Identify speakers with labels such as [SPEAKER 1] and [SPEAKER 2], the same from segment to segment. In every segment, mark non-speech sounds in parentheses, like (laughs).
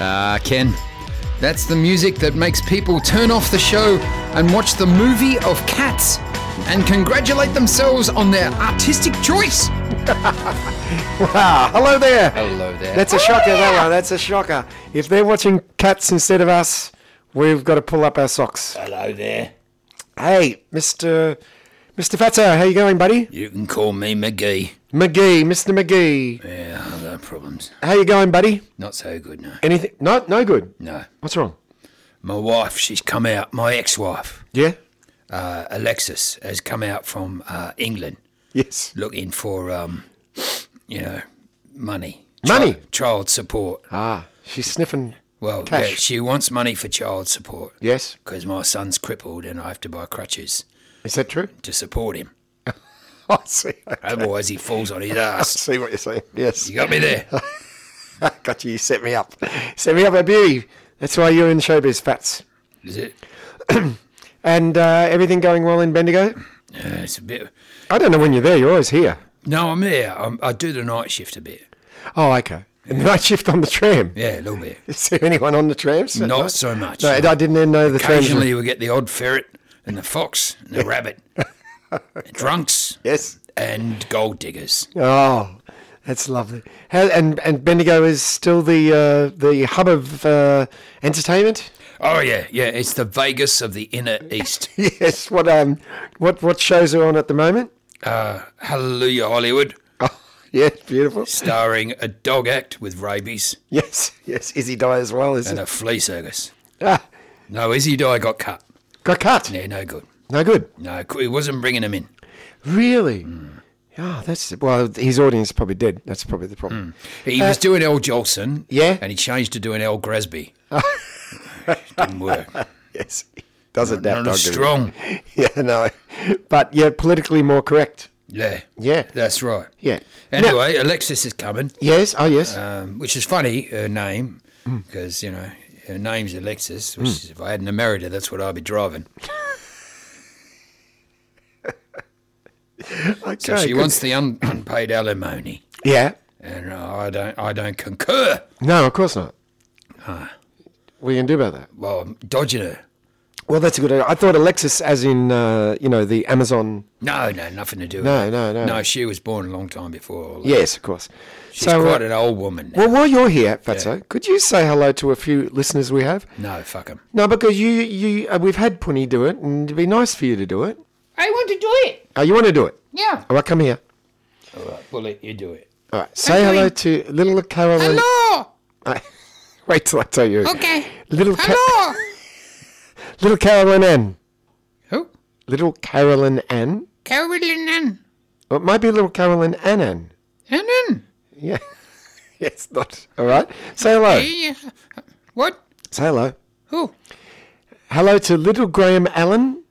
[SPEAKER 1] Ah, Ken. That's the music that makes people turn off the show and watch the movie of cats and congratulate themselves on their artistic choice.
[SPEAKER 2] Ah, hello there.
[SPEAKER 1] Hello there.
[SPEAKER 2] That's a shocker, that one. That's a shocker. If they're watching cats instead of us, we've got to pull up our socks.
[SPEAKER 1] Hello there.
[SPEAKER 2] Hey, Mr. Mr. Fatso, how you going, buddy?
[SPEAKER 1] You can call me McGee.
[SPEAKER 2] McGee, Mr. McGee,
[SPEAKER 1] Yeah, I've got problems.
[SPEAKER 2] how you going, buddy?
[SPEAKER 1] Not so good, no.
[SPEAKER 2] Anything? No, no good.
[SPEAKER 1] No.
[SPEAKER 2] What's wrong?
[SPEAKER 1] My wife, she's come out. My ex-wife,
[SPEAKER 2] Yeah.
[SPEAKER 1] uh, Alexis, has come out from uh, England
[SPEAKER 2] Yes.
[SPEAKER 1] looking for, um, you know, money.
[SPEAKER 2] Money?
[SPEAKER 1] Child, child support.
[SPEAKER 2] Ah, she's sniffing.
[SPEAKER 1] Well,
[SPEAKER 2] Cash.
[SPEAKER 1] yeah, she wants money for child support.
[SPEAKER 2] Yes.
[SPEAKER 1] Because my son's crippled and I have to buy crutches
[SPEAKER 2] Is that true?
[SPEAKER 1] to support him.
[SPEAKER 2] (laughs) I see. I
[SPEAKER 1] Otherwise, he falls on his ass.
[SPEAKER 2] see what you're saying. Yes.
[SPEAKER 1] You got me
[SPEAKER 2] (laughs)
[SPEAKER 1] there.
[SPEAKER 2] Got you. You set me up. Set me up, a beauty. That's why you're in showbiz, Fats.
[SPEAKER 1] Is it?
[SPEAKER 2] And uh, everything going well in Bendigo?
[SPEAKER 1] Yeah, it's a bit.
[SPEAKER 2] I don't know when you're there. You're always here.
[SPEAKER 1] No, I'm there. I'm, I do the night shift a bit.
[SPEAKER 2] Oh, okay. And night shift on the tram.
[SPEAKER 1] Yeah, a little
[SPEAKER 2] (laughs)
[SPEAKER 1] bit.
[SPEAKER 2] Is there anyone on the trams? at
[SPEAKER 1] Not
[SPEAKER 2] night?
[SPEAKER 1] so much.
[SPEAKER 2] No, I didn't even know the trams. were-
[SPEAKER 1] Occasionally, we get the odd ferret and the fox and the
[SPEAKER 2] (laughs)
[SPEAKER 1] rabbit, and drunks
[SPEAKER 2] Yes.
[SPEAKER 1] and gold diggers.
[SPEAKER 2] Oh, that's lovely. How, and and Bendigo is still the uh, the hub of uh,
[SPEAKER 1] (laughs)
[SPEAKER 2] entertainment.
[SPEAKER 1] Oh yeah, yeah. It's the Vegas of the inner east.
[SPEAKER 2] Yes. What um what what shows are on at
[SPEAKER 1] (laughs)
[SPEAKER 2] the moment?
[SPEAKER 1] Uh, Hallelujah Hollywood,
[SPEAKER 2] Oh, yes, beautiful.
[SPEAKER 1] starring a dog act with rabies
[SPEAKER 2] Yes, yes. Izzy Dye as well. Is
[SPEAKER 1] and
[SPEAKER 2] it?
[SPEAKER 1] a flea circus.
[SPEAKER 2] Ah,
[SPEAKER 1] No, Izzy Dye got cut.
[SPEAKER 2] got cut.
[SPEAKER 1] Yeah, no good.
[SPEAKER 2] No good.
[SPEAKER 1] No, he wasn't bringing him in.
[SPEAKER 2] Really.
[SPEAKER 1] Hmm.
[SPEAKER 2] Oh, that's well. His audience is probably dead. That's probably the problem.
[SPEAKER 1] He was doing L. Jolson.
[SPEAKER 2] Uh, yeah.
[SPEAKER 1] And he changed to doing L.
[SPEAKER 2] (laughs)
[SPEAKER 1] Grasby. Didn't work.
[SPEAKER 2] Yes, does not
[SPEAKER 1] Not
[SPEAKER 2] adapt.
[SPEAKER 1] as strong.
[SPEAKER 2] (laughs) Yeah, no. But yeah, politically more correct.
[SPEAKER 1] Yeah.
[SPEAKER 2] Yeah.
[SPEAKER 1] That's right.
[SPEAKER 2] Yeah. Now-
[SPEAKER 1] Anyway, Alexis is coming,
[SPEAKER 2] yes. Oh, yes.
[SPEAKER 1] um, which is funny, her name, because, you know, her name's Alexis,
[SPEAKER 2] Hmm.
[SPEAKER 1] which is, if I hadn't have married her, that's what I'd be driving.
[SPEAKER 2] okay.
[SPEAKER 1] So she
[SPEAKER 2] good.
[SPEAKER 1] wants the un- unpaid alimony.
[SPEAKER 2] Yeah.
[SPEAKER 1] And uh, I don't, I don't concur.
[SPEAKER 2] No, of course not.
[SPEAKER 1] Ah.
[SPEAKER 2] What are you gonna do about that?
[SPEAKER 1] Well, I'm dodging her.
[SPEAKER 2] Well, that's a good. idea. I thought Alexis, as in uh, you know the Amazon.
[SPEAKER 1] No, no, nothing to do.
[SPEAKER 2] No,
[SPEAKER 1] with
[SPEAKER 2] no, no.
[SPEAKER 1] it. No, she was born a long time before. All that.
[SPEAKER 2] Yes, of course.
[SPEAKER 1] She's
[SPEAKER 2] so,
[SPEAKER 1] quite
[SPEAKER 2] uh,
[SPEAKER 1] an old woman. Now.
[SPEAKER 2] well, while you're here, Fatso, could you say hello to a few listeners we have?
[SPEAKER 1] No, fuck 'em.
[SPEAKER 2] No, because you, you, uh, we've had Punny do it, and it'd be nice for you to do it.
[SPEAKER 3] I want to do it.
[SPEAKER 2] Oh, you want to do it?
[SPEAKER 3] Yeah.
[SPEAKER 2] All right, come here.
[SPEAKER 1] All right, bullet, you do it. (laughs)
[SPEAKER 2] All right, say hello to little Caroline.
[SPEAKER 3] Hello.
[SPEAKER 2] (laughs) Wait till I tell you.
[SPEAKER 3] Okay.
[SPEAKER 2] Little Ca-
[SPEAKER 3] Hello.
[SPEAKER 2] little Caroline Ann.
[SPEAKER 3] Who?
[SPEAKER 2] Little Carolyn Ann.
[SPEAKER 3] Carolyn Ann.
[SPEAKER 2] Well, it might be little Carolyn Ann Ann.
[SPEAKER 3] Ann.
[SPEAKER 2] Yeah. (laughs) yes, not. All right. Say hello.
[SPEAKER 3] Hey, uh, What?
[SPEAKER 2] Say hello.
[SPEAKER 3] Who?
[SPEAKER 2] Hello to little Graham Allen,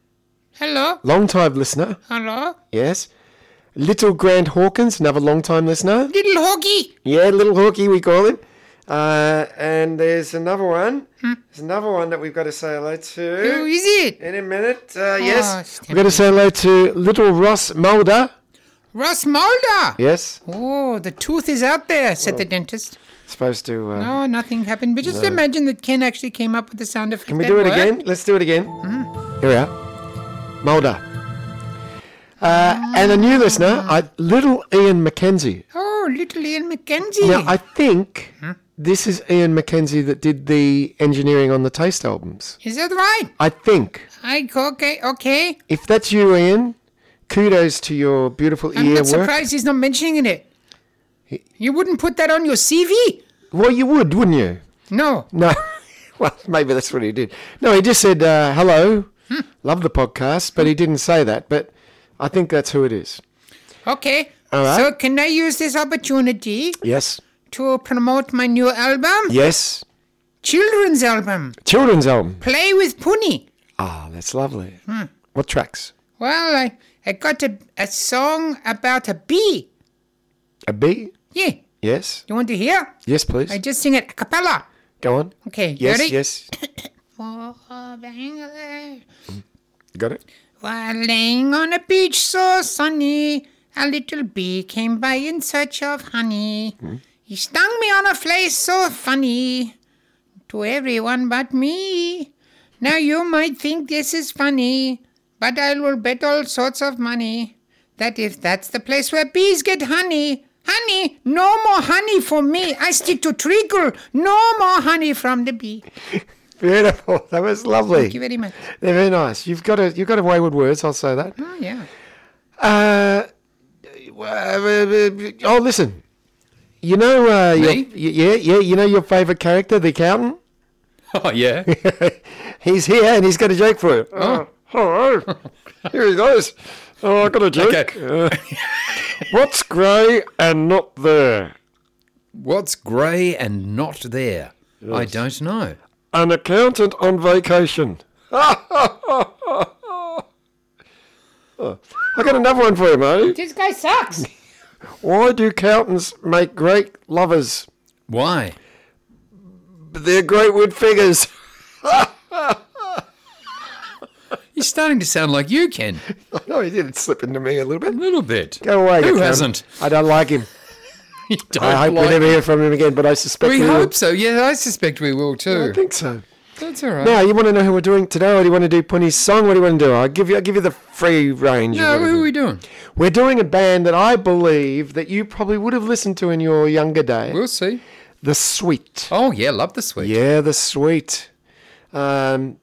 [SPEAKER 3] Hello.
[SPEAKER 2] long time listener.
[SPEAKER 3] Hello.
[SPEAKER 2] Yes. Little Grant Hawkins, another long time listener.
[SPEAKER 3] Little Hoggy.
[SPEAKER 2] Yeah, little Hawkeye we call him. Uh, and there's another one. There's another one that we've got to say hello
[SPEAKER 3] Hmm.
[SPEAKER 2] to
[SPEAKER 3] Who is it?
[SPEAKER 2] in a minute. Uh,
[SPEAKER 3] Oh,
[SPEAKER 2] yes.
[SPEAKER 3] Stephen.
[SPEAKER 2] We've got to say hello to little Ross Mulder.
[SPEAKER 3] Ross Mulder.
[SPEAKER 2] Yes.
[SPEAKER 3] Oh, the tooth is out there, said the dentist.
[SPEAKER 2] Supposed to. Uh,
[SPEAKER 3] Oh, nothing happened. But just imagine that Ken actually came up with the sound effect.
[SPEAKER 2] Can we
[SPEAKER 3] that
[SPEAKER 2] do it
[SPEAKER 3] worked.
[SPEAKER 2] again? Let's do it again.
[SPEAKER 3] Mm.
[SPEAKER 2] Here we are. Mulder. Uh, and a new listener, I, little Ian McKenzie.
[SPEAKER 3] Oh, little Ian Mm-hmm. McKenzie.
[SPEAKER 2] Now, I think this is Ian McKenzie that did the engineering on the Taste albums.
[SPEAKER 3] is that right?
[SPEAKER 2] I think.
[SPEAKER 3] I okay, okay.
[SPEAKER 2] If that's you, Ian, kudos to your beautiful
[SPEAKER 3] I'm
[SPEAKER 2] ear
[SPEAKER 3] not
[SPEAKER 2] work.
[SPEAKER 3] surprised he's not mentioning it. You wouldn't put that on your CV?
[SPEAKER 2] Well, you would, wouldn't you?
[SPEAKER 3] No.
[SPEAKER 2] No. (laughs) well, maybe that's what he did. No, he just said, uh, hello,
[SPEAKER 3] Hmm.
[SPEAKER 2] love the podcast, but he didn't say that. But I think that's who it is.
[SPEAKER 3] Okay.
[SPEAKER 2] All right.
[SPEAKER 3] So can I use this opportunity
[SPEAKER 2] Yes.
[SPEAKER 3] to promote my new album?
[SPEAKER 2] Yes.
[SPEAKER 3] Children's album.
[SPEAKER 2] Children's album.
[SPEAKER 3] Play with Puni.
[SPEAKER 2] Ah, that's lovely.
[SPEAKER 3] Hmm.
[SPEAKER 2] What tracks?
[SPEAKER 3] Well, I, I got a, a song about a bee.
[SPEAKER 2] A B?
[SPEAKER 3] Yeah.
[SPEAKER 2] Yes.
[SPEAKER 3] You want to hear?
[SPEAKER 2] Yes, please.
[SPEAKER 3] I just sing it a cappella.
[SPEAKER 2] Go on.
[SPEAKER 3] Okay, you
[SPEAKER 2] Yes,
[SPEAKER 3] ready?
[SPEAKER 2] yes.
[SPEAKER 3] Oh, Bangladesh.
[SPEAKER 2] Got it?
[SPEAKER 3] While laying on a beach so sunny, a little bee came by in search of honey. He stung me on a place so funny. to everyone but me. Now you might think this is funny, but I will bet all sorts of money that if that's the place where bees get honey, honey, no more honey for me. I stick to treacle. No more honey from the bee.
[SPEAKER 2] Beautiful. That was lovely.
[SPEAKER 3] Thank you very much.
[SPEAKER 2] They're very nice. You've got a you've got a wayward words. I'll say that.
[SPEAKER 3] Oh yeah.
[SPEAKER 2] Uh, oh, listen. You know, uh, your,
[SPEAKER 4] Me?
[SPEAKER 2] yeah, yeah. You know your favourite character, the accountant.
[SPEAKER 4] Oh,
[SPEAKER 2] (laughs)
[SPEAKER 4] yeah.
[SPEAKER 2] He's here and he's got a joke for you. Oh, (laughs) hello. here he goes. Oh, I got a joke.
[SPEAKER 4] Okay.
[SPEAKER 2] Uh, what's grey and not there?
[SPEAKER 1] What's grey and not there? I don't know.
[SPEAKER 2] An accountant on vacation. (laughs) oh, I got another one for you, mate.
[SPEAKER 3] This guy sucks.
[SPEAKER 2] Why do accountants make great lovers?
[SPEAKER 1] Why?
[SPEAKER 2] But they're great wood figures. (laughs)
[SPEAKER 1] You're starting to sound like you, Ken.
[SPEAKER 2] No, he did slip into me a little
[SPEAKER 1] A
[SPEAKER 2] bit.
[SPEAKER 1] little bit.
[SPEAKER 2] Go away.
[SPEAKER 1] Who
[SPEAKER 2] Gakam.
[SPEAKER 1] hasn't? (laughs)
[SPEAKER 2] I don't like him.
[SPEAKER 1] You don't
[SPEAKER 2] I hope
[SPEAKER 1] like-
[SPEAKER 2] we never hear from him again, but I suspect
[SPEAKER 1] We
[SPEAKER 2] will.
[SPEAKER 1] hope so. Yeah, I suspect we will too.
[SPEAKER 2] I think so.
[SPEAKER 1] That's all right.
[SPEAKER 2] Now, you want to know who we're doing today, or do you want to do Punny's song? What do you want to do? I'll give you, I'll give you the free range. of
[SPEAKER 1] no,
[SPEAKER 2] whatever.
[SPEAKER 1] who are we doing?
[SPEAKER 2] We're doing a band that I believe that you probably would have listened to in your younger day.
[SPEAKER 1] We'll see.
[SPEAKER 2] the Sweet.
[SPEAKER 1] Oh yeah, love the sweet.
[SPEAKER 2] Yeah, The Sweet. Um,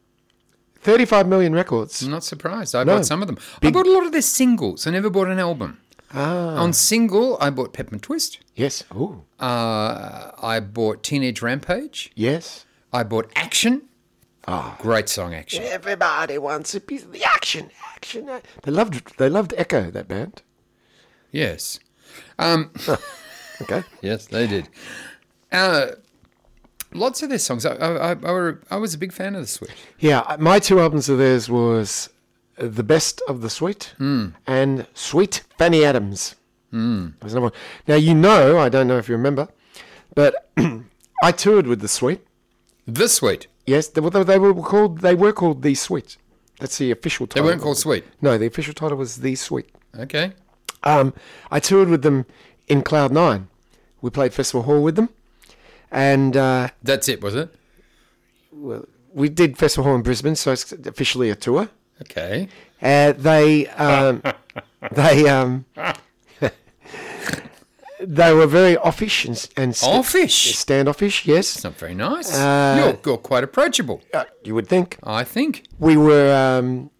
[SPEAKER 2] 35 million records.
[SPEAKER 1] I'm not surprised. I
[SPEAKER 2] No.
[SPEAKER 1] bought some of them. I bought a lot of their singles. I never bought an album.
[SPEAKER 2] Ah,
[SPEAKER 1] On single, I bought Peppermint Twist.
[SPEAKER 2] yes. Oh,
[SPEAKER 1] Uh, I bought Teenage Rampage.
[SPEAKER 2] yes.
[SPEAKER 1] I bought Action. Oh. Great song, Action.
[SPEAKER 2] Everybody wants a piece of the action, action. uh, They loved, they loved Echo that band.
[SPEAKER 1] Yes. Um,
[SPEAKER 2] Okay.
[SPEAKER 1] yes, they did. Uh, lots of their songs. I, I, I, I, were, I was a big fan of the Sweet.
[SPEAKER 2] Yeah, uh, my two albums of theirs was uh, the best of the Sweet
[SPEAKER 1] Hmm.
[SPEAKER 2] and Sweet Fanny Adams. Mm. Was number one. Now you know, I don't know if you remember, but (clears throat) I toured with the Sweet.
[SPEAKER 1] The Sweet.
[SPEAKER 2] Yes, they, were- they were called they were called the Sweet. That's the official
[SPEAKER 1] They
[SPEAKER 2] title.
[SPEAKER 1] weren't called Sweet.
[SPEAKER 2] No, the official title was the Sweet.
[SPEAKER 1] Okay.
[SPEAKER 2] Um, I toured with them in Cloud Nine. We played Festival Hall with them, and uh,
[SPEAKER 1] That's it, was it?
[SPEAKER 2] we did Festival Hall in Brisbane. So it's officially a tour.
[SPEAKER 1] Okay.
[SPEAKER 2] Uh,
[SPEAKER 1] (laughs)
[SPEAKER 2] they um, they um, (laughs) they were very offish and, and st-
[SPEAKER 1] Offish.
[SPEAKER 2] standoffish. Yes,
[SPEAKER 1] It's not very nice.
[SPEAKER 2] Uh,
[SPEAKER 1] you're, you're quite approachable,
[SPEAKER 2] Uh, you would think
[SPEAKER 1] I think.
[SPEAKER 2] we were um,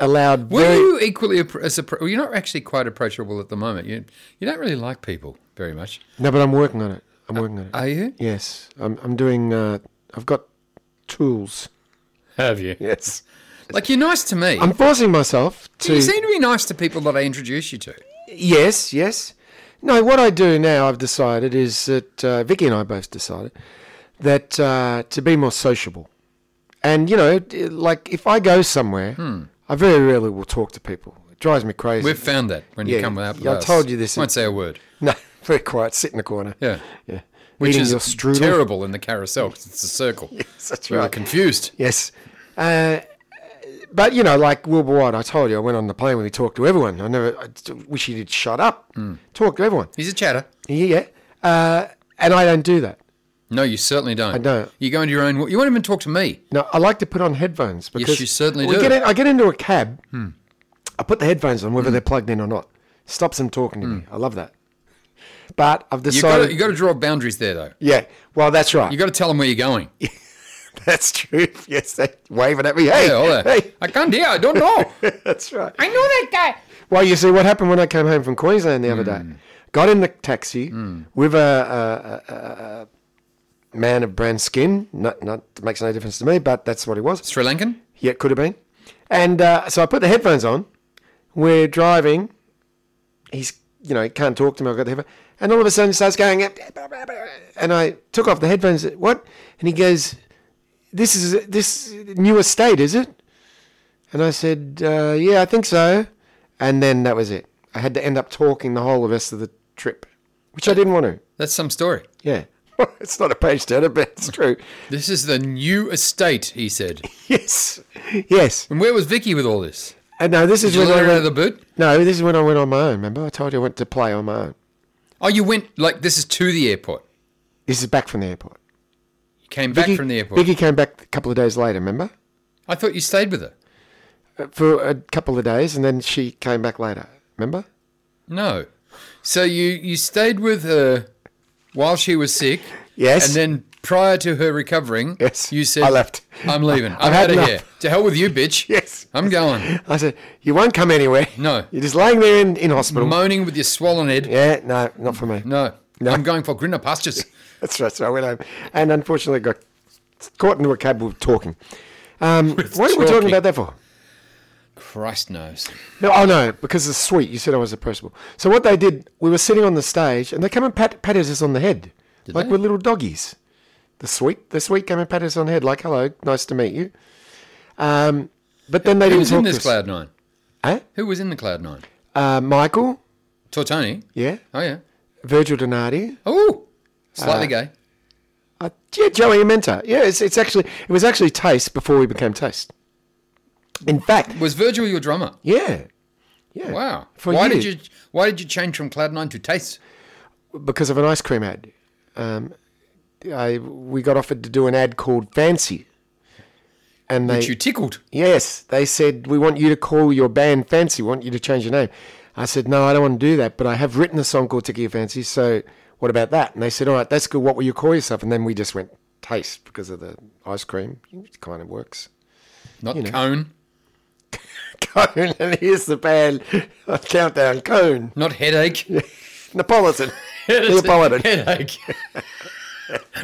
[SPEAKER 2] allowed
[SPEAKER 1] Were
[SPEAKER 2] very.
[SPEAKER 1] you equally appro- as appro- well, You're not actually quite approachable at the moment. You you don't really like people very much,
[SPEAKER 2] No, but I'm working on it. I'm working on it.
[SPEAKER 1] are you?
[SPEAKER 2] yes, I'm. I'm doing. Uh, I've got tools.
[SPEAKER 1] Have you?
[SPEAKER 2] Yes,
[SPEAKER 1] Like you're nice to me.
[SPEAKER 2] I'm forcing myself to.
[SPEAKER 1] you seem to be nice to people that I introduce you to.
[SPEAKER 2] Yes, yes. No, what I do now, I've decided, is that uh, Vicky and I both decided that uh, to be more sociable. And, you know, d- like if I go somewhere,
[SPEAKER 1] Hmm.
[SPEAKER 2] I very rarely will talk to people. It drives me crazy.
[SPEAKER 1] We've found that when you
[SPEAKER 2] Yeah,
[SPEAKER 1] come out with
[SPEAKER 2] yeah, I
[SPEAKER 1] us.
[SPEAKER 2] told you this.
[SPEAKER 1] Won't say a word.
[SPEAKER 2] (laughs) no, very quiet, sit in the corner.
[SPEAKER 1] Yeah.
[SPEAKER 2] Yeah.
[SPEAKER 1] Which
[SPEAKER 2] Eating
[SPEAKER 1] is
[SPEAKER 2] your strudel.
[SPEAKER 1] terrible in the carousel 'cause it's a circle.
[SPEAKER 2] (laughs) That's
[SPEAKER 1] We were
[SPEAKER 2] right.
[SPEAKER 1] confused.
[SPEAKER 2] Yes. Uh, but, you know, like Wilbur White, I told you, I went on the plane when he talked to everyone. I never, I d- wish he'd shut up,
[SPEAKER 1] Hmm.
[SPEAKER 2] talk to everyone.
[SPEAKER 1] He's a chatter.
[SPEAKER 2] Yeah. Uh, and I don't do that.
[SPEAKER 1] No, you certainly don't. I
[SPEAKER 2] don't.
[SPEAKER 1] You go into your own. wo- You won't even talk to me.
[SPEAKER 2] No, I like to put on headphones because
[SPEAKER 1] you certainly
[SPEAKER 2] we
[SPEAKER 1] do. Hmm.
[SPEAKER 2] Get in, I get into a cab. I put the headphones on, whether they're plugged in or not. Stops them talking to me. I love that. But I've
[SPEAKER 1] Hmm. You got
[SPEAKER 2] decided.
[SPEAKER 1] to you got to draw boundaries there though.
[SPEAKER 2] yeah, well, that's right.
[SPEAKER 1] You got to tell them where you're
[SPEAKER 2] (laughs)
[SPEAKER 1] going. Yeah,
[SPEAKER 2] that's true. (laughs) Yes, they waving at me. Hey,
[SPEAKER 1] all that.
[SPEAKER 2] hey, (laughs)
[SPEAKER 1] I can't hear. I don't know.
[SPEAKER 2] that's right.
[SPEAKER 3] I know that guy.
[SPEAKER 2] Well, you see, what happened when I came home from Queensland the other
[SPEAKER 1] Hmm.
[SPEAKER 2] day? Got in the taxi with a, a, a, a man of brown skin. Not, not makes no difference to me, but that's what he was.
[SPEAKER 1] Sri Lankan.
[SPEAKER 2] Yeah, it could have been. And uh, so I put the headphones on. We're driving. He's, you know, he can't talk to me. I've got the headphones. And all of a sudden he starts going, "Eh, blah, blah, blah," and I took off the headphones. What? And he goes, this is this new estate, is it? And I said, uh, yeah, I think so. And then that was it. I had to end up talking the whole rest of the trip, which I didn't want to.
[SPEAKER 1] That's some story.
[SPEAKER 2] Yeah. (laughs) it's not a page turner, but it's true. (laughs)
[SPEAKER 1] This is the new estate, he said.
[SPEAKER 2] yes. Yes.
[SPEAKER 1] And where was Vicky with all this?
[SPEAKER 2] And no, this is
[SPEAKER 1] Did you
[SPEAKER 2] when I
[SPEAKER 1] let her out
[SPEAKER 2] went-
[SPEAKER 1] of the boot?
[SPEAKER 2] No, this is when I went on my own. Remember, I told you I went to play on my own.
[SPEAKER 1] Oh, you went like this is to the airport.
[SPEAKER 2] This is back from the airport.
[SPEAKER 1] You came back
[SPEAKER 2] Vicky,
[SPEAKER 1] from the airport.
[SPEAKER 2] Vicky came back a couple of days later, remember?
[SPEAKER 1] I thought you stayed with her.
[SPEAKER 2] Uh, For a couple of days, and then she came back later, remember?
[SPEAKER 1] No. So you you stayed with her while she was sick.
[SPEAKER 2] Yes.
[SPEAKER 1] And then prior to her recovering,
[SPEAKER 2] Yes.
[SPEAKER 1] you said
[SPEAKER 2] I left.
[SPEAKER 1] I'm leaving.
[SPEAKER 2] I've
[SPEAKER 1] I'm
[SPEAKER 2] had
[SPEAKER 1] out of
[SPEAKER 2] enough."
[SPEAKER 1] here. To hell with you, bitch.
[SPEAKER 2] Yes.
[SPEAKER 1] I'm going.
[SPEAKER 2] I said, You won't come anywhere.
[SPEAKER 1] No.
[SPEAKER 2] (laughs) You're just laying there in, in hospital.
[SPEAKER 1] Moaning with your swollen head.
[SPEAKER 2] yeah, no, not for me.
[SPEAKER 1] No.
[SPEAKER 2] No.
[SPEAKER 1] I'm going for greener pastures.
[SPEAKER 2] That's right. So I went home and unfortunately got caught into a cab with talking. Um,
[SPEAKER 1] (laughs)
[SPEAKER 2] what were we
[SPEAKER 1] talking.
[SPEAKER 2] talking about that for?
[SPEAKER 1] Christ knows.
[SPEAKER 2] No, oh no, because the sweet. You said I was approachable. So what they did, we were sitting on the stage, and they come and pat, patted us on the head, like
[SPEAKER 1] they?
[SPEAKER 2] we're little doggies. The sweet, the sweet came and patted us on the head, like "Hello, nice to meet you." Um, but then they
[SPEAKER 1] Who
[SPEAKER 2] didn't
[SPEAKER 1] was
[SPEAKER 2] talk
[SPEAKER 1] in
[SPEAKER 2] to
[SPEAKER 1] this
[SPEAKER 2] us.
[SPEAKER 1] cloud nine?
[SPEAKER 2] Eh?
[SPEAKER 1] Who was in the cloud nine?
[SPEAKER 2] Uh, Michael,
[SPEAKER 1] Tortoni.
[SPEAKER 2] yeah,
[SPEAKER 1] Oh yeah.
[SPEAKER 2] Virgil Donati,
[SPEAKER 1] Oh. Slightly gay.
[SPEAKER 2] uh, yeah, Joey Amenta. Yeah, it's, it's actually it was actually Taste before we became Taste. In fact,
[SPEAKER 1] Was Virgil your drummer?
[SPEAKER 2] yeah, yeah.
[SPEAKER 1] Wow.
[SPEAKER 2] For
[SPEAKER 1] why did
[SPEAKER 2] years.
[SPEAKER 1] you why did you change from cloud nine to taste?
[SPEAKER 2] because of an ice cream ad. Um, I, we got offered to do an ad called Fancy, and they
[SPEAKER 1] Which you tickled.
[SPEAKER 2] yes, they said we want you to call your band Fancy. We want you to change your name. I said no, I don't want to do that, but I have written a song called Ticky Fancy. So what about that? And they said all right, that's good. What will you call yourself? And then we just went Taste because of the ice cream. It kind of works. (laughs)
[SPEAKER 1] Not cone.
[SPEAKER 2] Cone, and here's the band (laughs) countdown. Cone,
[SPEAKER 1] Not headache. (laughs)
[SPEAKER 2] Napolitan, (laughs) Neapolitan.
[SPEAKER 1] headache.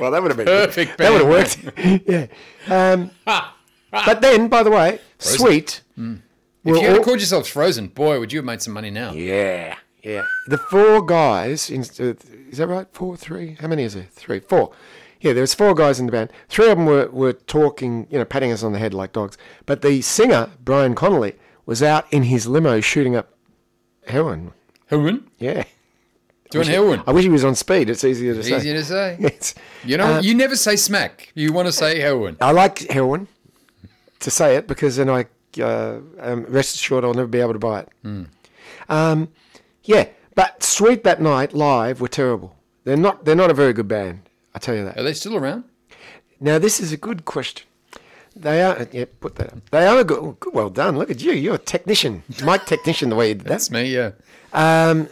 [SPEAKER 2] Well, that would have been
[SPEAKER 1] Perfect
[SPEAKER 2] That would have worked. yeah. Um, but then, by the way, sweet. were
[SPEAKER 1] If you had
[SPEAKER 2] all-
[SPEAKER 1] called yourselves Frozen, boy, would you have made some money now?
[SPEAKER 2] yeah, yeah. The four guys. In, uh, is that right? Four, three. How many is there? Three, four. Yeah, there was four guys in the band. Three of them were, were talking, you know, patting us on the head like dogs. But the singer Brian Connolly was out in his limo shooting up heroin.
[SPEAKER 1] Heroin?
[SPEAKER 2] Yeah,
[SPEAKER 1] Doing heroin.
[SPEAKER 2] I wish he was on speed. It's easier to say. Uh,
[SPEAKER 1] Easy to say.
[SPEAKER 2] (laughs) It's-
[SPEAKER 1] You know, you never say smack. You want to say heroin.
[SPEAKER 2] I like heroin to say it because then I uh, um, rest assured I'll never be able to buy it. Um, yeah, but Sweet that night live were terrible. They're not. They're not a very good band. I tell you
[SPEAKER 1] Are
[SPEAKER 2] that.
[SPEAKER 1] they still around?
[SPEAKER 2] Now this is a good question. They are. uh, Yeah, put that. Up. They are good. oh, good. Well done. Look at you. You're a technician, mic technician. The way you did that.
[SPEAKER 1] That's me, yeah.
[SPEAKER 2] Um,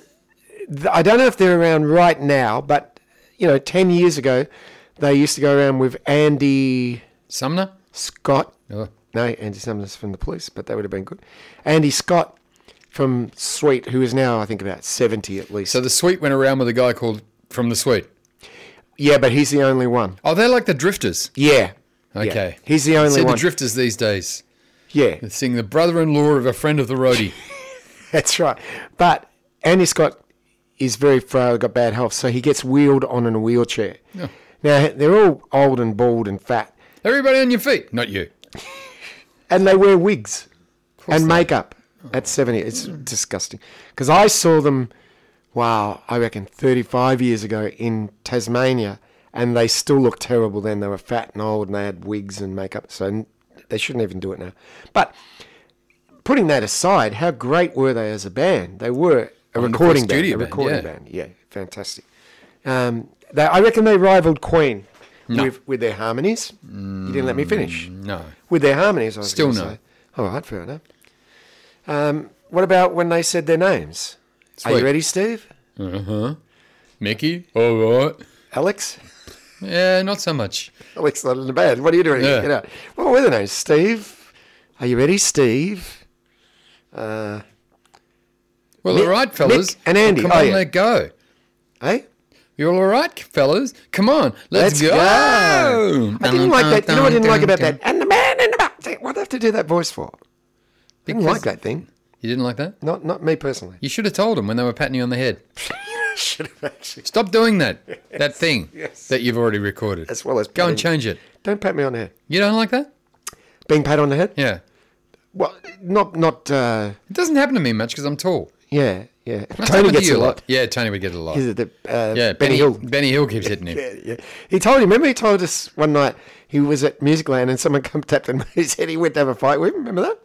[SPEAKER 2] th- I don't know if they're around right now, but you know, ten years ago, they used to go around with Andy
[SPEAKER 1] Sumner?
[SPEAKER 2] Scott.
[SPEAKER 1] Oh,
[SPEAKER 2] No, Andy Sumner's from the police, but that would have been good. Andy Scott from Sweet, who is now, I think, about 70 at least.
[SPEAKER 1] So the suite went around with a guy called From the Suite.
[SPEAKER 2] yeah, but he's the only one.
[SPEAKER 1] Oh, they're like the Drifters.
[SPEAKER 2] Yeah.
[SPEAKER 1] Okay.
[SPEAKER 2] Yeah. He's the only
[SPEAKER 1] Said the
[SPEAKER 2] one.
[SPEAKER 1] Drifters these days.
[SPEAKER 2] yeah, (laughs)
[SPEAKER 1] Sing the brother in law of a friend of the roadie.
[SPEAKER 2] that's right. But Andy Scott is very frail, got bad health, so he gets wheeled on in a wheelchair.
[SPEAKER 1] Oh.
[SPEAKER 2] Now, they're all old and bald and fat,
[SPEAKER 1] Everybody on your feet. Not you.
[SPEAKER 2] and they wear wigs and makeup at 70. It's
[SPEAKER 1] Mm.
[SPEAKER 2] disgusting. Because I saw them, wow, I reckon 35 years ago in Tasmania, and they still looked terrible then. They were fat and old and they had wigs and makeup, so n- they shouldn't even do it now. But putting that aside, how great were they as a band? They were a
[SPEAKER 1] Wonderful
[SPEAKER 2] recording band.
[SPEAKER 1] studio
[SPEAKER 2] A
[SPEAKER 1] band,
[SPEAKER 2] recording
[SPEAKER 1] yeah.
[SPEAKER 2] band, yeah, fantastic. Um, they, I reckon they rivaled Queen. With, with their harmonies, you didn't let me finish
[SPEAKER 1] No.
[SPEAKER 2] with their harmonies. I was
[SPEAKER 1] Still
[SPEAKER 2] gonna
[SPEAKER 1] no.
[SPEAKER 2] Say. All right, fair enough. Um, what about when they said their names? Are
[SPEAKER 1] Sweet.
[SPEAKER 2] you ready, Steve?
[SPEAKER 1] Uh huh. Mickey? All right.
[SPEAKER 2] Alex? (laughs)
[SPEAKER 1] Yeah, not so much.
[SPEAKER 2] Alex not in the band. What are you doing?
[SPEAKER 1] Yeah.
[SPEAKER 2] Get out. What were the names? Steve? Are you ready, Steve?
[SPEAKER 1] Well,
[SPEAKER 2] Mick-
[SPEAKER 1] all right, fellas.
[SPEAKER 2] Mick and Andy,
[SPEAKER 1] Come
[SPEAKER 2] oh,
[SPEAKER 1] on,
[SPEAKER 2] yeah.
[SPEAKER 1] let go.
[SPEAKER 2] Hey?
[SPEAKER 1] You're all right, fellas. Come on, let's,
[SPEAKER 2] Let's go. I didn't like that. You know what I didn't like about that? And the man in the back. What do I have to do that voice for? didn't
[SPEAKER 1] Because-
[SPEAKER 2] like that thing.
[SPEAKER 1] You didn't like that?
[SPEAKER 2] Not not me personally.
[SPEAKER 1] You should have told them when they were patting you on the head.
[SPEAKER 2] (laughs) Should have actually.
[SPEAKER 1] Stop doing
[SPEAKER 2] (laughs)
[SPEAKER 1] that. That thing
[SPEAKER 2] yes.
[SPEAKER 1] that you've already recorded.
[SPEAKER 2] As well as
[SPEAKER 1] go and
[SPEAKER 2] patting-
[SPEAKER 1] change it.
[SPEAKER 2] Don't pat me on the head.
[SPEAKER 1] You don't like that?
[SPEAKER 2] Being pat on the head?
[SPEAKER 1] Yeah.
[SPEAKER 2] Well, not not. uh
[SPEAKER 1] It doesn't happen to me much because I'm tall.
[SPEAKER 2] Yeah, yeah.
[SPEAKER 1] Must
[SPEAKER 2] Tony
[SPEAKER 1] happen to
[SPEAKER 2] gets
[SPEAKER 1] you
[SPEAKER 2] a lot.
[SPEAKER 1] Yeah, Tony would get it a lot.
[SPEAKER 2] Is it the uh,
[SPEAKER 1] yeah,
[SPEAKER 2] Benny, Hill?
[SPEAKER 1] Benny Hill keeps hitting him.
[SPEAKER 2] (laughs) Yeah, yeah. He told you. Remember, he told us one night he was at Music Land and someone (laughs) come tapped him. He said he went to have a fight with him. Remember that?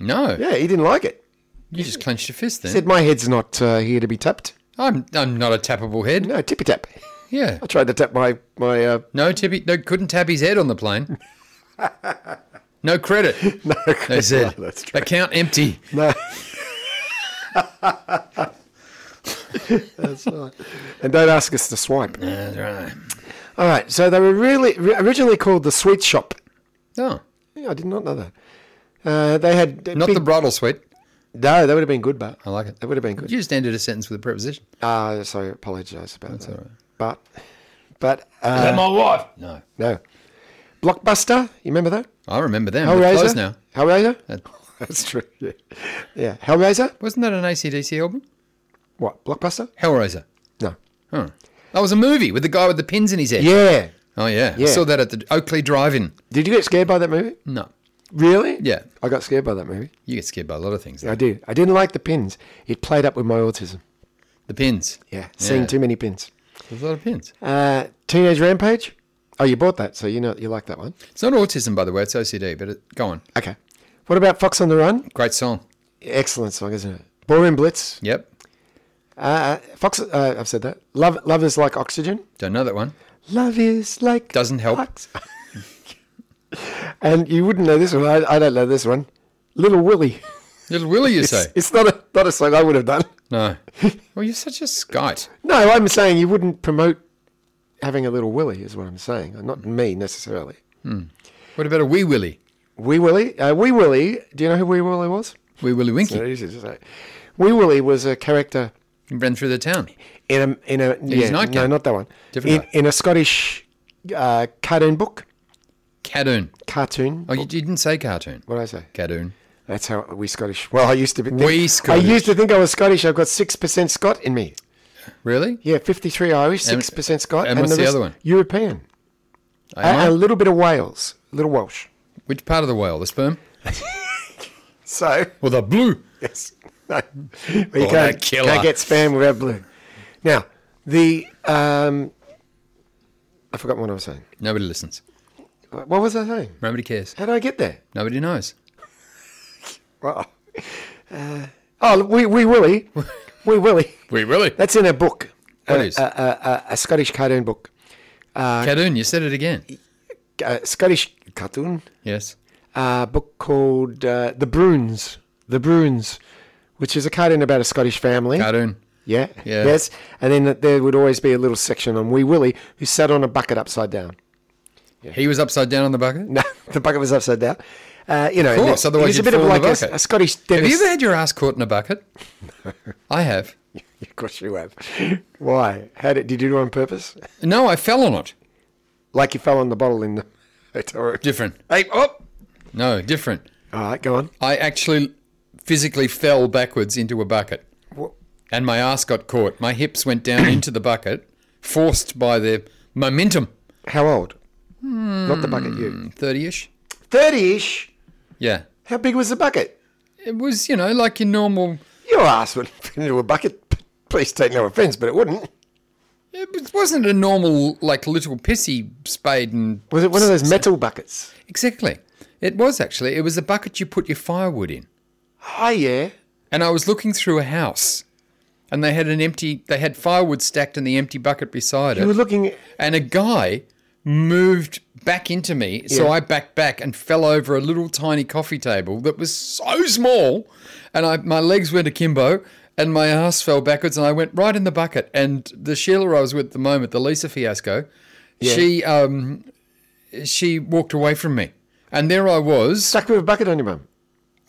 [SPEAKER 1] No,
[SPEAKER 2] Yeah, he didn't like it.
[SPEAKER 1] you just clenched your fist then.
[SPEAKER 2] Said my head's not uh, here to be tapped.
[SPEAKER 1] I'm, I'm not a tappable head.
[SPEAKER 2] No, tippy tap.
[SPEAKER 1] Yeah.
[SPEAKER 2] I tried to tap my my. Uh,
[SPEAKER 1] No, Tippy, no, couldn't tap his head on the
[SPEAKER 2] (laughs)
[SPEAKER 1] plane. No credit. no credit. They said,
[SPEAKER 2] No, (laughs) that's true.
[SPEAKER 1] account empty.
[SPEAKER 2] no. (laughs) That's right. And don't ask us to swipe.
[SPEAKER 1] That's right.
[SPEAKER 2] All right. So they were really ri- originally called the Sweet Shop.
[SPEAKER 1] Oh,
[SPEAKER 2] Yeah, I did not know that. Uh, they had
[SPEAKER 1] not the bridal suite.
[SPEAKER 2] no. That would have been good, but
[SPEAKER 1] I like it.
[SPEAKER 2] That would have been good.
[SPEAKER 1] You just ended a sentence with a preposition.
[SPEAKER 2] Ah, so I apologise about that.
[SPEAKER 1] all right.
[SPEAKER 2] But, but uh,
[SPEAKER 1] my wife. No,
[SPEAKER 2] no, Blockbuster. You remember that?
[SPEAKER 1] I remember them. They're
[SPEAKER 2] Hellraiser.
[SPEAKER 1] closed now.
[SPEAKER 2] Hellraiser. (laughs)
[SPEAKER 1] That-
[SPEAKER 2] That's true. Yeah. yeah. Hellraiser.
[SPEAKER 1] wasn't that an ACDC album?
[SPEAKER 2] What? Blockbuster?
[SPEAKER 1] Hellraiser.
[SPEAKER 2] No.
[SPEAKER 1] Huh. That was a movie with the guy with the pins in his head.
[SPEAKER 2] Yeah.
[SPEAKER 1] Oh yeah.
[SPEAKER 2] Yeah.
[SPEAKER 1] I saw that at the Oakley Drive-In.
[SPEAKER 2] Did you get scared by that movie?
[SPEAKER 1] No,
[SPEAKER 2] Really?
[SPEAKER 1] Yeah.
[SPEAKER 2] I got scared by that movie.
[SPEAKER 1] you get scared by a lot of things.
[SPEAKER 2] I did. I didn't like the pins. It played up with my autism.
[SPEAKER 1] The pins.
[SPEAKER 2] Yeah. Seeing too many pins.
[SPEAKER 1] There's a lot of pins.
[SPEAKER 2] Uh, Teenage Rampage. Oh, you bought that, so you know you like that one.
[SPEAKER 1] It's not autism, by the way. It's OCD. But it, go on.
[SPEAKER 2] Okay. What about Fox on the Run?
[SPEAKER 1] Great song.
[SPEAKER 2] Excellent song, isn't it? Ballroom Blitz.
[SPEAKER 1] Yep.
[SPEAKER 2] Uh, Fox. Uh, I've said that. Love. Love is like oxygen.
[SPEAKER 1] Don't know that one.
[SPEAKER 2] Love is like
[SPEAKER 1] Doesn't help.
[SPEAKER 2] ox- (laughs) and you wouldn't know this one. I, I don't know this one. Little Willie.
[SPEAKER 1] Little Willie, you say?
[SPEAKER 2] (laughs) It's not a not a song I would have done.
[SPEAKER 1] (laughs) No. Well, you're such a skite.
[SPEAKER 2] No, I'm saying you wouldn't promote having a little Willie. Is what I'm saying. Not me necessarily.
[SPEAKER 1] What about a wee Willie?
[SPEAKER 2] Wee Willie. Uh, Wee Willie. Do you know who Wee Willie was?
[SPEAKER 1] Wee Willie Winky.
[SPEAKER 2] No, it is, it's right. Wee Willie was a character
[SPEAKER 1] Ran through the town.
[SPEAKER 2] in a in a yeah,
[SPEAKER 1] Night
[SPEAKER 2] no
[SPEAKER 1] Game.
[SPEAKER 2] not that one
[SPEAKER 1] Different
[SPEAKER 2] in,
[SPEAKER 1] guy.
[SPEAKER 2] in a Scottish uh, cartoon book
[SPEAKER 1] Cadoon.
[SPEAKER 2] cartoon.
[SPEAKER 1] Oh, you didn't say cartoon.
[SPEAKER 2] What did I say?
[SPEAKER 1] Cadoon.
[SPEAKER 2] That's how we Scottish. Well, I used to be.
[SPEAKER 1] We Scottish.
[SPEAKER 2] I used to think I was Scottish. I've got six percent Scot in me.
[SPEAKER 1] Really?
[SPEAKER 2] Yeah, fifty-three Irish,
[SPEAKER 1] And-
[SPEAKER 2] six percent Scot,
[SPEAKER 1] and what's the
[SPEAKER 2] rest
[SPEAKER 1] other one?
[SPEAKER 2] European,
[SPEAKER 1] Am
[SPEAKER 2] and
[SPEAKER 1] I?
[SPEAKER 2] a little bit of Wales, a little Welsh. (laughs)
[SPEAKER 1] Which part of the whale? The sperm?
[SPEAKER 2] So
[SPEAKER 1] Or the blue?
[SPEAKER 2] yes, (laughs) no, But you can't,
[SPEAKER 1] Oh, that killer.
[SPEAKER 2] can't get spam without blue. Now the um, I forgot what I was saying.
[SPEAKER 1] Nobody listens.
[SPEAKER 2] What was I saying?
[SPEAKER 1] Nobody cares.
[SPEAKER 2] How did I get there?
[SPEAKER 1] Nobody knows.
[SPEAKER 2] Wow. (laughs) Uh, oh, we
[SPEAKER 1] (laughs)
[SPEAKER 2] we Willie, we Willie.
[SPEAKER 1] Wee Willie.
[SPEAKER 2] That's in a book.
[SPEAKER 1] What
[SPEAKER 2] a,
[SPEAKER 1] is?
[SPEAKER 2] a, a, a, a Scottish cartoon book?
[SPEAKER 1] Cadoon, you said it again.
[SPEAKER 2] a uh, Scottish cartoon
[SPEAKER 1] Yes.
[SPEAKER 2] uh, book called uh, The Bruins. The Bruins, which is a cartoon about a Scottish family.
[SPEAKER 1] Cadoon.
[SPEAKER 2] Yeah.
[SPEAKER 1] Yeah.
[SPEAKER 2] Yes. And then there would always be a little section on Wee Willie who sat on a bucket upside down. (laughs)
[SPEAKER 1] He was upside down on the bucket?
[SPEAKER 2] No, the bucket was upside down. Uh, you know, and
[SPEAKER 1] course,
[SPEAKER 2] it-
[SPEAKER 1] otherwise
[SPEAKER 2] it was a
[SPEAKER 1] you'd
[SPEAKER 2] bit of
[SPEAKER 1] fall in
[SPEAKER 2] like
[SPEAKER 1] the
[SPEAKER 2] a,
[SPEAKER 1] bucket.
[SPEAKER 2] a Scottish
[SPEAKER 1] Have
[SPEAKER 2] Dennis.
[SPEAKER 1] you ever had your ass caught in a (laughs) bucket? I have.
[SPEAKER 2] Of course you have. (laughs) Why? How did, did you do it on purpose?
[SPEAKER 1] No, I fell on it.
[SPEAKER 2] Like you fell on the bottle in the (laughs) hotel room.
[SPEAKER 1] Different.
[SPEAKER 2] Hey, oh!
[SPEAKER 1] No, different.
[SPEAKER 2] All right, go on.
[SPEAKER 1] I actually physically fell backwards into a bucket.
[SPEAKER 2] Wha-
[SPEAKER 1] And my ass got caught. My hips went down into the bucket, forced by the momentum.
[SPEAKER 2] How old?
[SPEAKER 1] Hmm.
[SPEAKER 2] Not the bucket, you.
[SPEAKER 1] 30 ish?
[SPEAKER 2] 30 ish.
[SPEAKER 1] Yeah.
[SPEAKER 2] How big was the bucket?
[SPEAKER 1] It was, you know, like your normal.
[SPEAKER 2] Your ass would fit into a bucket. P- Please take no offence, but it wouldn't.
[SPEAKER 1] It was- wasn't a normal, like, little pissy spade and.
[SPEAKER 2] Was it one of those metal buckets?
[SPEAKER 1] Exactly. It was actually. It was the bucket you put your firewood in.
[SPEAKER 2] Oh, yeah.
[SPEAKER 1] And I was looking through a house. And they had an empty. They had firewood stacked in the empty bucket beside
[SPEAKER 2] You were
[SPEAKER 1] it.
[SPEAKER 2] looking.
[SPEAKER 1] and a guy moved back into me so
[SPEAKER 2] Yeah.
[SPEAKER 1] i backed back and fell over a little tiny coffee table that was so small and I, my legs went akimbo and my ass fell backwards and i went right in the bucket and the sheila i was with at the moment the lisa fiasco she um she walked away from me and there i was
[SPEAKER 2] Stuck with a bucket on your mum.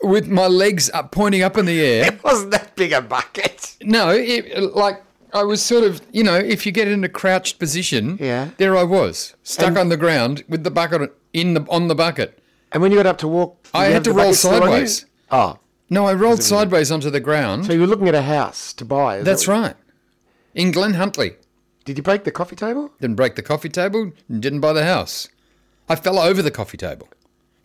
[SPEAKER 1] with my legs up pointing up in the air
[SPEAKER 2] It wasn't that big a bucket.
[SPEAKER 1] no it, like I was sort of, you know, if you get in a crouched position,
[SPEAKER 2] Yeah.
[SPEAKER 1] there I was, stuck on the ground with the bucket in the on the bucket.
[SPEAKER 2] And when you got up to walk, did
[SPEAKER 1] I
[SPEAKER 2] you
[SPEAKER 1] had
[SPEAKER 2] have
[SPEAKER 1] to
[SPEAKER 2] the
[SPEAKER 1] roll
[SPEAKER 2] bucket still on you?
[SPEAKER 1] sideways.
[SPEAKER 2] Oh,
[SPEAKER 1] No, I rolled sideways onto the ground.
[SPEAKER 2] so you were looking at a house to buy. is that
[SPEAKER 1] That's
[SPEAKER 2] what-
[SPEAKER 1] right. In Glen Huntley.
[SPEAKER 2] Did you break the coffee table?
[SPEAKER 1] Didn't break the coffee table, and didn't buy the house. I fell over the coffee table.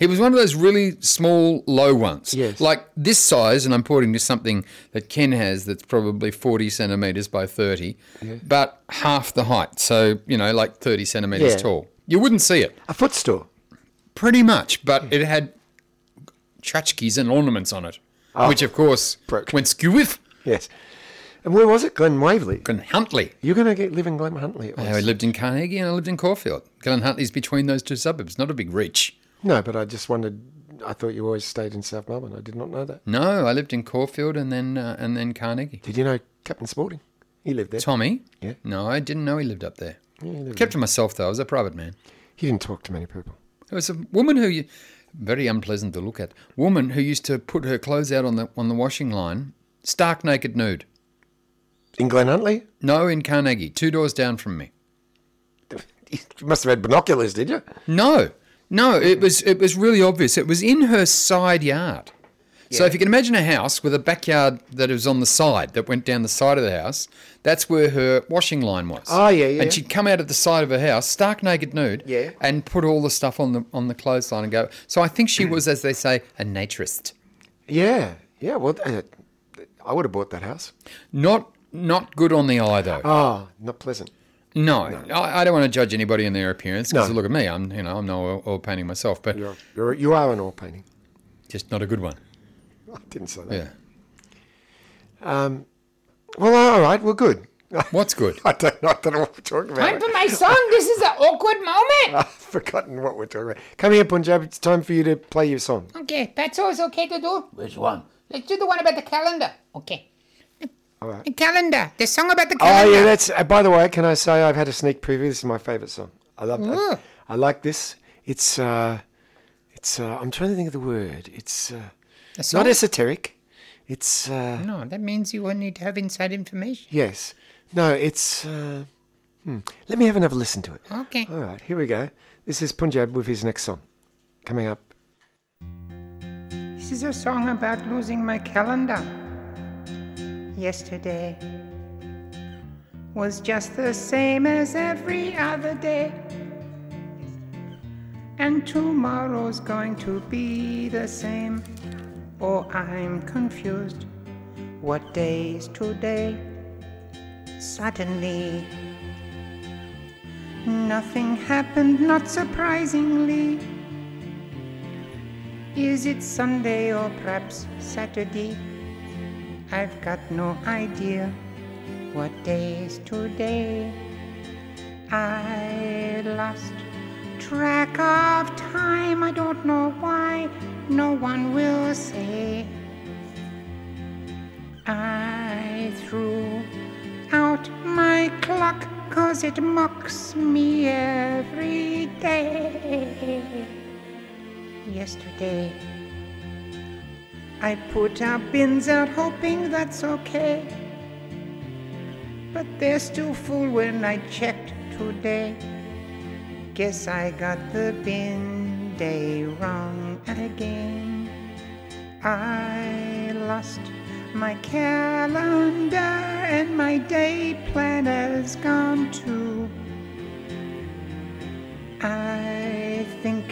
[SPEAKER 1] It was one of those really small, low ones.
[SPEAKER 2] Yes.
[SPEAKER 1] Like this size, and I'm pointing to something that Ken has that's probably 40 centimetres by 30, but half the height. So, you know, like 30 centimetres
[SPEAKER 2] Yeah.
[SPEAKER 1] tall. You wouldn't see it,
[SPEAKER 2] A footstool.
[SPEAKER 1] pretty much, but it had tchotchkes and ornaments on it, which, of course,
[SPEAKER 2] Ah. Broke.
[SPEAKER 1] went skew with.
[SPEAKER 2] Yes. And where was it? Glen Waverley.
[SPEAKER 1] Glen Huntley.
[SPEAKER 2] You're going to get live in Glen Huntley. at
[SPEAKER 1] I
[SPEAKER 2] once.
[SPEAKER 1] lived in Carnegie and I lived in Caulfield. Glen Huntley's between those two suburbs. Not a big reach.
[SPEAKER 2] No, but I just wondered. I thought you always stayed in South Melbourne. I did not know that.
[SPEAKER 1] No, I lived in Caulfield and then uh, and then Carnegie.
[SPEAKER 2] Did you know Captain Sporting? He lived there.
[SPEAKER 1] Tommy.
[SPEAKER 2] Yeah.
[SPEAKER 1] No, I didn't know he lived up there.
[SPEAKER 2] Yeah, he, lived
[SPEAKER 1] Kept to myself though. I was a private man.
[SPEAKER 2] there. He didn't talk to many people.
[SPEAKER 1] There was a woman who, you- very unpleasant to look at, woman who used to put her clothes out on the on the washing line, stark naked, nude.
[SPEAKER 2] In Glen Huntley?
[SPEAKER 1] No, in Carnegie, two doors down from me.
[SPEAKER 2] (laughs) You must have had binoculars, did you?
[SPEAKER 1] No, no, it
[SPEAKER 2] Hmm.
[SPEAKER 1] was it was really obvious. It was in her side yard. So if you can imagine a house with a backyard that was on the side that went down the side of the house, that's where her washing line was.
[SPEAKER 2] Oh, yeah, yeah.
[SPEAKER 1] And she'd come out of the side of her house, stark naked, nude.
[SPEAKER 2] Yeah.
[SPEAKER 1] And put all the stuff on the on the clothesline and go. So I think she was, as they say, a naturist.
[SPEAKER 2] Yeah. Yeah. Well, uh, I would have bought that house.
[SPEAKER 1] Not not good on the eye though.
[SPEAKER 2] Oh, not pleasant.
[SPEAKER 1] no, I, I don't want to judge anybody in their appearance because
[SPEAKER 2] No.
[SPEAKER 1] look at me, I'm you know I'm no oil, oil painting myself, but
[SPEAKER 2] You're, you're, you are an oil painting.
[SPEAKER 1] just not a good one.
[SPEAKER 2] (laughs) I didn't say that.
[SPEAKER 1] Yeah.
[SPEAKER 2] Um, Well, all right. Well, good.
[SPEAKER 1] What's good?
[SPEAKER 2] (laughs) I don't, I don't know what we're talking about.
[SPEAKER 3] Time for my song. This is an awkward moment.
[SPEAKER 2] (laughs) I've forgotten what we're talking about. Come here, Punjab. It's time for you to play your song.
[SPEAKER 3] Okay, that's all it's okay to do.
[SPEAKER 4] Which one?
[SPEAKER 3] Let's do the one about the calendar. Okay.
[SPEAKER 2] All right.
[SPEAKER 3] The calendar. The song about the
[SPEAKER 2] Oh
[SPEAKER 3] calendar.
[SPEAKER 2] yeah, that's. Uh, by the way, can I say I've had a sneak preview? This is my favourite song. I love.
[SPEAKER 3] Ooh.
[SPEAKER 2] that. I, like this. It's. Uh, it's. Uh, I'm trying to think of the word. It's. Uh,
[SPEAKER 3] The song?
[SPEAKER 2] not esoteric. It's. Uh,
[SPEAKER 3] No, that means you will need to have inside information.
[SPEAKER 2] yes. No. It's. Uh, hmm. Let me have another listen to it.
[SPEAKER 3] Okay.
[SPEAKER 2] All right. Here we go. This is Punjab with his next song, coming up.
[SPEAKER 3] This is a song about losing my calendar. Yesterday was just the same as every other day. And tomorrow's going to be the same. Oh, I'm confused. What day is today? Suddenly, nothing happened, not surprisingly. Is it Sunday or perhaps Saturday? I've got no idea what day is today. I lost track of time, I don't know why, no one will say. I threw out my clock 'cause it mocks me every day yesterday. I put our bins out hoping that's okay. But they're still full when I checked today. Guess I got the bin day wrong again. I lost my calendar and my day planner's gone too. I think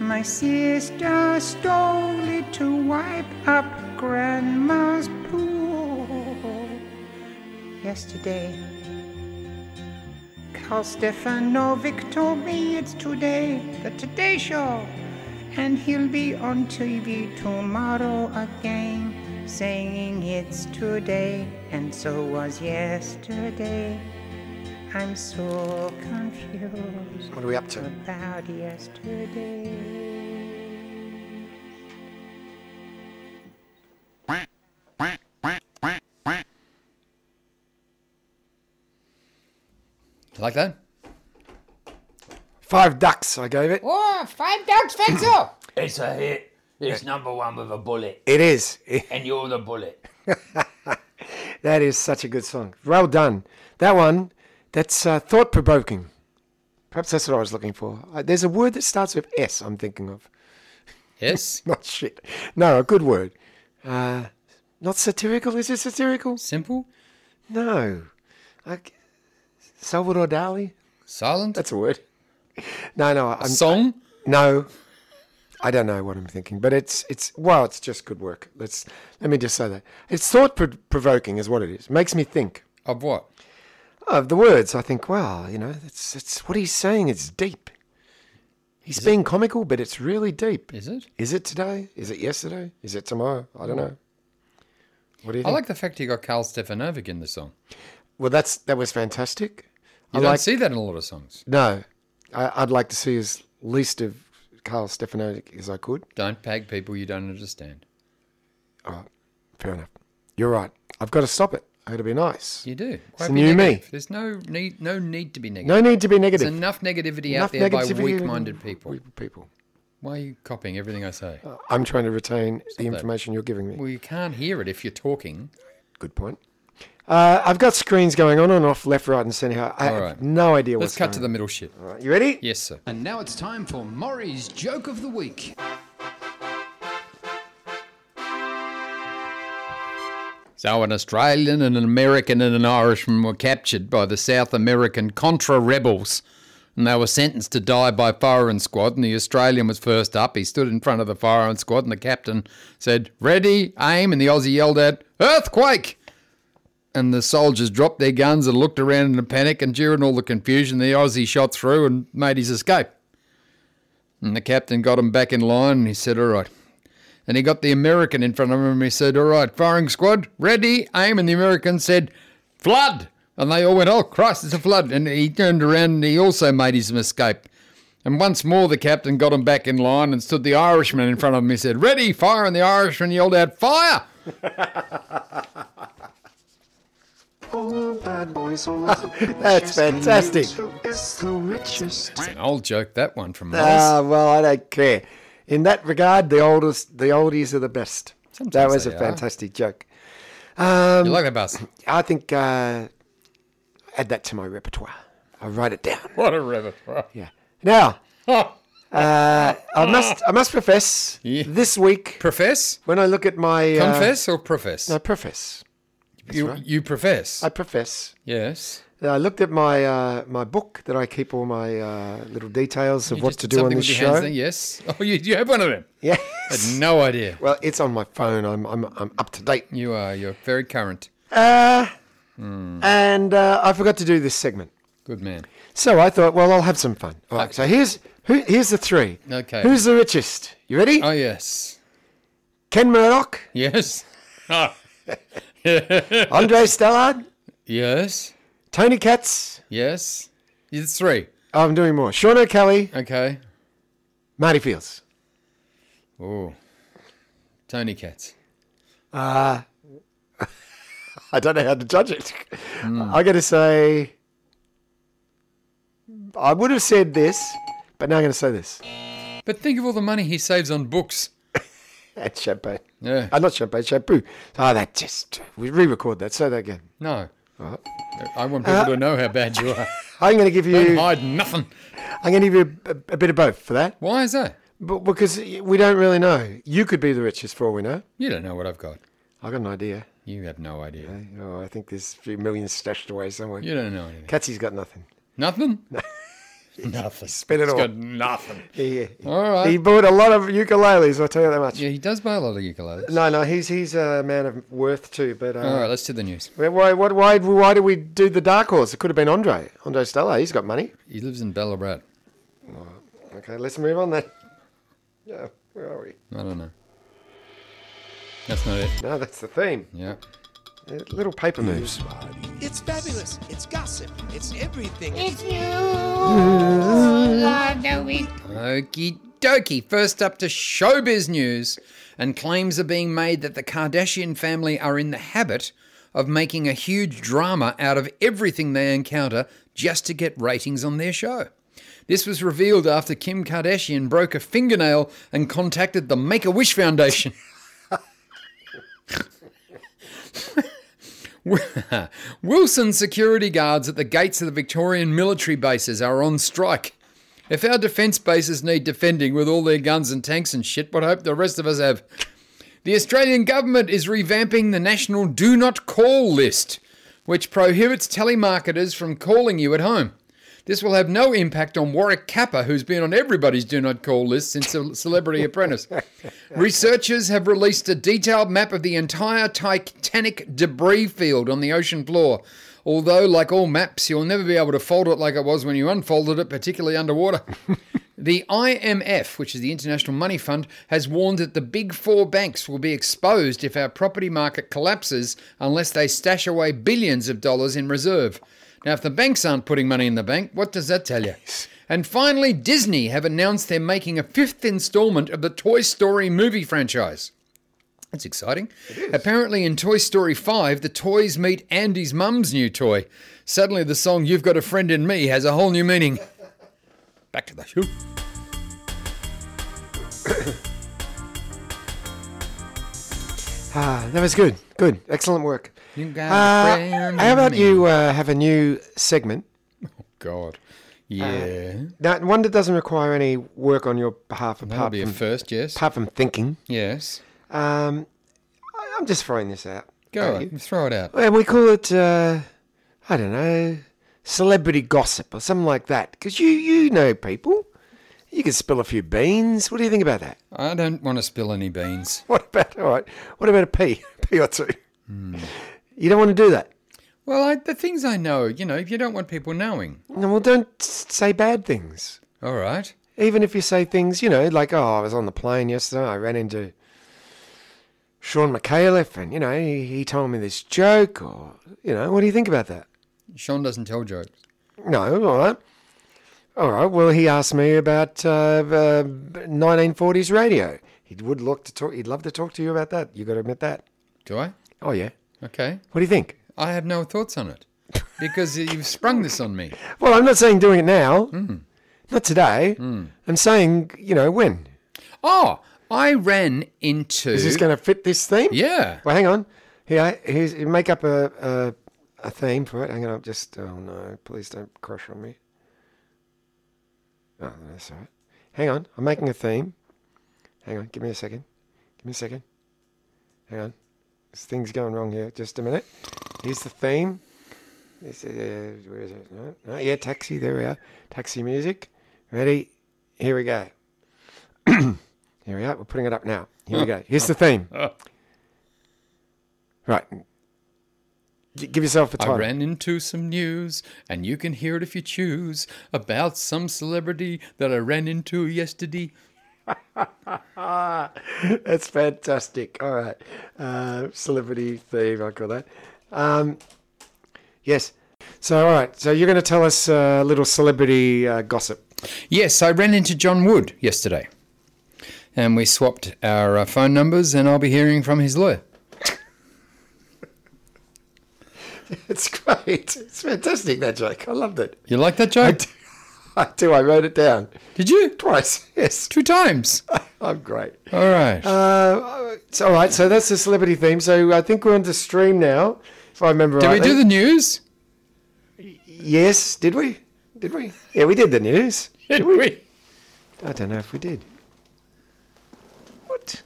[SPEAKER 3] my sister stole it to wipe up Grandma's pool yesterday. Carl Stefanovic told me it's today, the Today Show, and he'll be on TV tomorrow again, saying it's today, and so was yesterday. I'm so confused
[SPEAKER 2] What are we up to?
[SPEAKER 3] about yesterday.
[SPEAKER 1] Like that?
[SPEAKER 2] Five ducks. I gave it.
[SPEAKER 3] Oh, five dogs, Fetzo!
[SPEAKER 4] It's a hit. It's number one with a bullet,
[SPEAKER 2] It is. (laughs)
[SPEAKER 4] and you're the bullet.
[SPEAKER 2] That is such a good song. Well done. That one, that's uh, thought provoking. Perhaps that's what I was looking for. Uh, there's a word that starts with S I'm thinking of. (laughs)
[SPEAKER 1] Yes.
[SPEAKER 2] Not shit. No, a good word. Uh, not satirical. Is it satirical?
[SPEAKER 1] Simple.
[SPEAKER 2] No. Like Salvador Dali?
[SPEAKER 1] Silent.
[SPEAKER 2] That's a word. No, no. I'm,
[SPEAKER 1] Song.
[SPEAKER 2] no. I don't know what I'm thinking, but it's it's well, it's just good work. Let's let me just say that it's thought pro- provoking, is what it is. Makes me think.
[SPEAKER 1] Of what?
[SPEAKER 2] of the words, I think, wow, you know, that's it's what he's saying. It's deep. He's being comical, but it's really deep.
[SPEAKER 1] Is it?
[SPEAKER 2] Is it today? Is it yesterday? Is it tomorrow? I don't know. What do you
[SPEAKER 1] I
[SPEAKER 2] think?
[SPEAKER 1] like the fact you got Carl Stefanovic in the song.
[SPEAKER 2] well, that's that was fantastic.
[SPEAKER 1] You
[SPEAKER 2] I
[SPEAKER 1] don't
[SPEAKER 2] like
[SPEAKER 1] see that in a lot of songs.
[SPEAKER 2] no. I, I'd like to see as least of Carl Stefanovic as I could.
[SPEAKER 1] Don't pag people you don't understand.
[SPEAKER 2] Fair enough. You're right. I've got to stop it. I've got to be nice.
[SPEAKER 1] You do.
[SPEAKER 2] It's
[SPEAKER 1] Won't be
[SPEAKER 2] new me.
[SPEAKER 1] negative. There's no need, no need to be negative.
[SPEAKER 2] No need to be negative.
[SPEAKER 1] There's enough negativity
[SPEAKER 2] Enough
[SPEAKER 1] out there by
[SPEAKER 2] negativity-
[SPEAKER 1] weak-minded people.
[SPEAKER 2] Weak people.
[SPEAKER 1] Why are you copying everything I say?
[SPEAKER 2] I'm trying to retain the information you're giving me.
[SPEAKER 1] Well, you can't hear it if you're talking.
[SPEAKER 2] Good point. Uh, I've got screens going on and off, left, right, and centre. I have
[SPEAKER 1] right.
[SPEAKER 2] no idea
[SPEAKER 1] Let's
[SPEAKER 2] what's
[SPEAKER 1] cut to the
[SPEAKER 2] going
[SPEAKER 1] middle shit.
[SPEAKER 2] on. You ready?
[SPEAKER 1] Yes, sir.
[SPEAKER 5] And now it's time for Maury's Joke of the Week.
[SPEAKER 1] So, an Australian and an American and an Irishman were captured by the South American Contra rebels, and they were sentenced to die by firing squad. And the Australian was first up. He stood in front of the firing squad, and the captain said, "Ready, aim!" And the Aussie yelled out, "Earthquake!" And the soldiers dropped their guns and looked around in a panic. And during all the confusion, the Aussie shot through and made his escape. And the captain got him back in line, and he said, "All right." and he got the American in front of him and he said, All right, firing squad, ready, aim. And the American said, Flood. And they all went, Oh, Christ, it's a flood. And he turned around and he also made his escape. And once more, the captain got him back in line and stood the Irishman in front of him. He said, Ready, fire. And the Irishman yelled out, Fire.
[SPEAKER 2] (laughs) That's fantastic.
[SPEAKER 1] It's an old joke, that one from Oz.
[SPEAKER 2] Ah, well, I don't care. In that regard, the oldest, the oldies are the best. that
[SPEAKER 1] Sometimes
[SPEAKER 2] was a
[SPEAKER 1] they are.
[SPEAKER 2] fantastic joke.
[SPEAKER 1] you like that, Buzz?
[SPEAKER 2] I think uh, add that to my repertoire. I'll write it down.
[SPEAKER 1] What a repertoire.
[SPEAKER 2] Yeah. Now, uh, I must, I must profess,
[SPEAKER 1] Yeah.
[SPEAKER 2] this week
[SPEAKER 1] (laughs) Profess?
[SPEAKER 2] when I look at my uh,
[SPEAKER 1] Confess or profess?
[SPEAKER 2] I profess.
[SPEAKER 1] you, you profess.
[SPEAKER 2] I profess.
[SPEAKER 1] yes.
[SPEAKER 2] that I looked at my uh, my book that I keep all my uh, little details of
[SPEAKER 1] You
[SPEAKER 2] what
[SPEAKER 1] just
[SPEAKER 2] to
[SPEAKER 1] did
[SPEAKER 2] do on
[SPEAKER 1] something
[SPEAKER 2] this
[SPEAKER 1] with your hands
[SPEAKER 2] show.
[SPEAKER 1] there, Yes. (laughs) Oh, you, you have one of them?
[SPEAKER 2] Yeah. (laughs)
[SPEAKER 1] I had no idea.
[SPEAKER 2] well, it's on my phone. I'm I'm, I'm up to date.
[SPEAKER 1] You are. You're very current.
[SPEAKER 2] Uh, And uh, I forgot to do this segment,
[SPEAKER 1] Good man.
[SPEAKER 2] so I thought, well, I'll have some fun. All right. So here's who, here's the three.
[SPEAKER 1] Okay.
[SPEAKER 2] Who's the richest? You ready?
[SPEAKER 1] Oh yes,
[SPEAKER 2] Ken Murdoch,
[SPEAKER 1] yes,
[SPEAKER 2] Andre Stellard,
[SPEAKER 1] yes,
[SPEAKER 2] Tony Katz.
[SPEAKER 1] yes. It's three.
[SPEAKER 2] Oh, I'm doing more. Sean O'Kelly,
[SPEAKER 1] Okay.
[SPEAKER 2] Marty Fields.
[SPEAKER 1] Oh, Tony Katz.
[SPEAKER 2] I don't know how to judge it. I got to say, I would have said this, but now I'm going to say this.
[SPEAKER 1] But think of all the money he saves on books.
[SPEAKER 2] And champagne.
[SPEAKER 1] Yeah.
[SPEAKER 2] Uh, not champagne, shampoo. Oh, that just, we re record that. Say that again.
[SPEAKER 1] No. I want people to know how bad you are.
[SPEAKER 2] I'm going to give
[SPEAKER 1] Don't
[SPEAKER 2] Uh, (laughs) you,
[SPEAKER 1] hide nothing.
[SPEAKER 2] I'm going to give you a, a bit of both for that.
[SPEAKER 1] Why is that?
[SPEAKER 2] But because we don't really know. You could be the richest for all we know.
[SPEAKER 1] You don't know what I've got.
[SPEAKER 2] I got an idea.
[SPEAKER 1] You have no idea.
[SPEAKER 2] Oh, I think there's a few million stashed away somewhere.
[SPEAKER 1] You don't know anything.
[SPEAKER 2] Katsy's got nothing.
[SPEAKER 1] (laughs) Nothing. nothing.
[SPEAKER 2] Spin it
[SPEAKER 1] He's
[SPEAKER 2] all.
[SPEAKER 1] got nothing.
[SPEAKER 2] He, he-
[SPEAKER 1] All right.
[SPEAKER 2] he bought a lot of ukuleles, I'll tell you that much.
[SPEAKER 1] yeah, he does buy a lot of ukuleles.
[SPEAKER 2] No, no, he's he's a man of worth too. But uh,
[SPEAKER 1] All right, let's do the news.
[SPEAKER 2] why, why, what- why, why do we do the dark horse? It could have been Andre, Andre Stella. He's got money.
[SPEAKER 1] He lives in Ballarat.
[SPEAKER 2] Okay, let's move on then. (laughs) Yeah, where are we?
[SPEAKER 1] I don't know. That's not it.
[SPEAKER 2] No, that's the theme.
[SPEAKER 1] Yeah.
[SPEAKER 2] Uh, Little paper moves.
[SPEAKER 6] It's fabulous. It's gossip. It's everything.
[SPEAKER 3] It's news of the week.
[SPEAKER 1] Okie dokie. First up to showbiz news, and claims are being made that the Kardashian family are in the habit of making a huge drama out of everything they encounter just to get ratings on their show. This was revealed after Kim Kardashian broke a fingernail and contacted the Make a Wish Foundation. (laughs) Wilson security guards at the gates of the Victorian military bases are on strike. If our defence bases need defending with all their guns and tanks and shit, what hope the rest of us have? The Australian government is revamping the national do not call list, which prohibits telemarketers from calling you at home. This will have no impact on Warwick Kappa, who's been on everybody's do not call list since Ce- Celebrity Apprentice. Researchers have released a detailed map of the entire Titanic debris field on the ocean floor. Although, like all maps, you'll never be able to fold it like it was when you unfolded it, particularly underwater. The IMF, which is the International Money Fund, has warned that the big four banks will be exposed if our property market collapses unless they stash away billions of dollars in reserve. Now, if the banks aren't putting money in the bank, what does that tell you? And finally, Disney have announced they're making a fifth installment of the Toy Story movie franchise. That's exciting. Apparently, in Toy Story 5, the toys meet Andy's mum's new toy. Suddenly, the song You've Got a Friend in Me has a whole new meaning. (laughs) Back to the show.
[SPEAKER 2] Ah, that was good. Good. Excellent work.
[SPEAKER 1] You got a
[SPEAKER 2] Uh,
[SPEAKER 1] friend
[SPEAKER 2] how
[SPEAKER 1] in
[SPEAKER 2] about
[SPEAKER 1] me.
[SPEAKER 2] you uh, have a new segment?
[SPEAKER 1] God. Yeah.
[SPEAKER 2] That one that doesn't require any work on your behalf
[SPEAKER 1] That'll
[SPEAKER 2] apart
[SPEAKER 1] be a
[SPEAKER 2] from,
[SPEAKER 1] first, yes.
[SPEAKER 2] apart from thinking.
[SPEAKER 1] Yes.
[SPEAKER 2] Um, I, I'm just throwing this out.
[SPEAKER 1] Go on. Throw it out.
[SPEAKER 2] Well, we call it, uh, I don't know, celebrity gossip or something like that. Because you, you know people. You could spill a few beans. What do you think about that? (laughs)
[SPEAKER 1] I don't want to spill any beans.
[SPEAKER 2] What about, all right, what about a pea? (laughs) A pea or two?
[SPEAKER 1] Hmm.
[SPEAKER 2] You don't want to do that.
[SPEAKER 1] Well, I, the things I know, you know, you don't want people knowing.
[SPEAKER 2] No, well, don't s- say bad things.
[SPEAKER 1] All right.
[SPEAKER 2] Even if you say things, you know, like, oh, I was on the plane yesterday, I ran into Sean McAuliffe, and, you know, he, he told me this joke, or, you know, what do you think about that?
[SPEAKER 1] Sean doesn't tell jokes.
[SPEAKER 2] No, all right. All right, well, he asked me about uh, uh, 1940s radio. He would look to talk, he'd love to talk to you about that. you got to admit that.
[SPEAKER 1] Do I?
[SPEAKER 2] Oh, yeah.
[SPEAKER 1] Okay.
[SPEAKER 2] What do you think?
[SPEAKER 1] I have no thoughts on
[SPEAKER 2] (laughs)
[SPEAKER 1] it because you've sprung this on me.
[SPEAKER 2] Well, I'm not saying doing it now. Not today. I'm saying, you know, when?
[SPEAKER 1] Oh, I ran into.
[SPEAKER 2] Is this going to fit this theme?
[SPEAKER 1] yeah.
[SPEAKER 2] Well, hang on. Here, here's make up a, a a theme for it. Hang on, I'm just. Oh no! Please don't crush on me. Oh, no, that's all right. Hang on, I'm making a theme. Hang on, give me a second. Give me a second. Hang on, this thing's going wrong here. Just a minute. Here's the theme. This, uh, where is it? No, no, yeah, taxi. There we are. Taxi music. Ready? Here we go. (clears throat) here we are. We're putting it up now. Here we go. Here's the theme. Right. G- give yourself a
[SPEAKER 1] I
[SPEAKER 2] time.
[SPEAKER 1] ran into some news, and you can hear it if you choose, about some celebrity that I ran into yesterday.
[SPEAKER 2] (laughs) That's fantastic. All right. Uh, celebrity theme, I call that. Um, yes. So, all right. So, you're going to tell us uh, a little celebrity uh, gossip. (laughs)
[SPEAKER 1] Yes, I ran into John Wood yesterday, and we swapped our uh, phone numbers, and I'll be hearing from his lawyer.
[SPEAKER 2] It's great. It's fantastic, that joke. I loved it.
[SPEAKER 1] You like that joke?
[SPEAKER 2] (laughs) I do. I wrote it down
[SPEAKER 1] Did you?
[SPEAKER 2] twice. (laughs) Yes.
[SPEAKER 1] Two times.
[SPEAKER 2] I'm great.
[SPEAKER 1] All right.
[SPEAKER 2] Uh, it's all right. So, that's the celebrity theme. So, I think we're on to stream now, if I remember
[SPEAKER 1] Did we
[SPEAKER 2] right.
[SPEAKER 1] do the news?
[SPEAKER 2] Yes. Did we? Did we? Yeah, we did the news.
[SPEAKER 1] Did we?
[SPEAKER 2] I don't know if we did. What?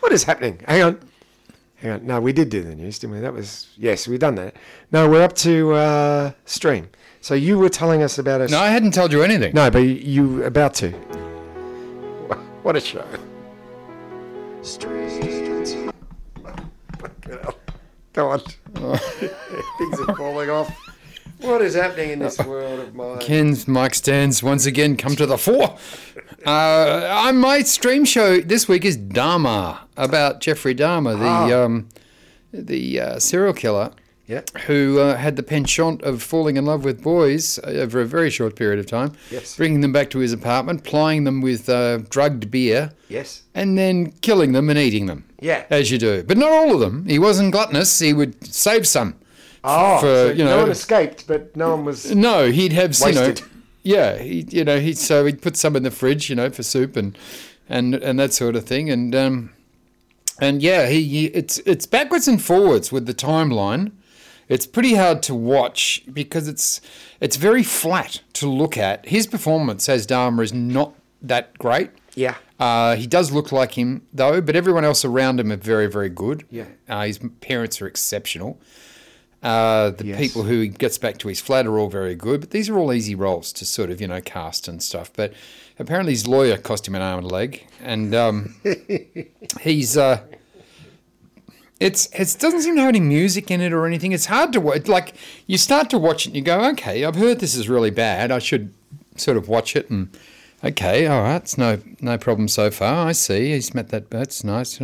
[SPEAKER 2] What is happening? Hang on. Hang on. No, we did do the news, didn't we? That was yes, we've done that. No, we're up to uh, stream. So you were telling us about us.
[SPEAKER 1] No, I hadn't told you anything.
[SPEAKER 2] no, but you, you were about to. (laughs) What a show! Fucking hell. Go on. (laughs) Things are falling off. What is happening in this world of mine?
[SPEAKER 1] Ken's Mike Stands once again come to the fore. Uh, I- my stream show this week is Dharma about Jeffrey Dahmer, the
[SPEAKER 2] Ah.
[SPEAKER 1] um, the uh, serial killer
[SPEAKER 2] Yeah.
[SPEAKER 1] who uh, had the penchant of falling in love with boys over a very short period of time,
[SPEAKER 2] Yes.
[SPEAKER 1] bringing them back to his apartment, plying them with uh, drugged beer,
[SPEAKER 2] Yes.
[SPEAKER 1] and then killing them and eating them.
[SPEAKER 2] Yeah.
[SPEAKER 1] as you do, but not all of them. He wasn't gluttonous. He would save some.
[SPEAKER 2] Oh,
[SPEAKER 1] for,
[SPEAKER 2] so
[SPEAKER 1] you
[SPEAKER 2] no
[SPEAKER 1] know-
[SPEAKER 2] one escaped, but no one was.
[SPEAKER 1] No, he'd have
[SPEAKER 2] Wasted.
[SPEAKER 1] you know, yeah, he, you know, he so he'd put some in the fridge, you know, for soup and and and that sort of thing, and um, and yeah, he, he it's it's backwards and forwards with the timeline. It's pretty hard to watch because it's it's very flat to look at. His performance as Dharma is not that great.
[SPEAKER 2] Yeah.
[SPEAKER 1] Uh, he does look like him though, but everyone else around him are very, very good.
[SPEAKER 2] Yeah.
[SPEAKER 1] Uh, his parents are exceptional. Uh, the people who he gets back to his flat are all very good, but these are all easy roles to sort of you know cast and stuff. But apparently his lawyer cost him an arm and a leg, and um, (laughs) he's uh, it's it doesn't seem to have any music in it or anything. It's hard to watch. Like you start to watch it, and you go, okay, I've heard this is really bad. I should sort of watch it and Okay, all right. It's no no problem so far. I see. He's met that. That's nice.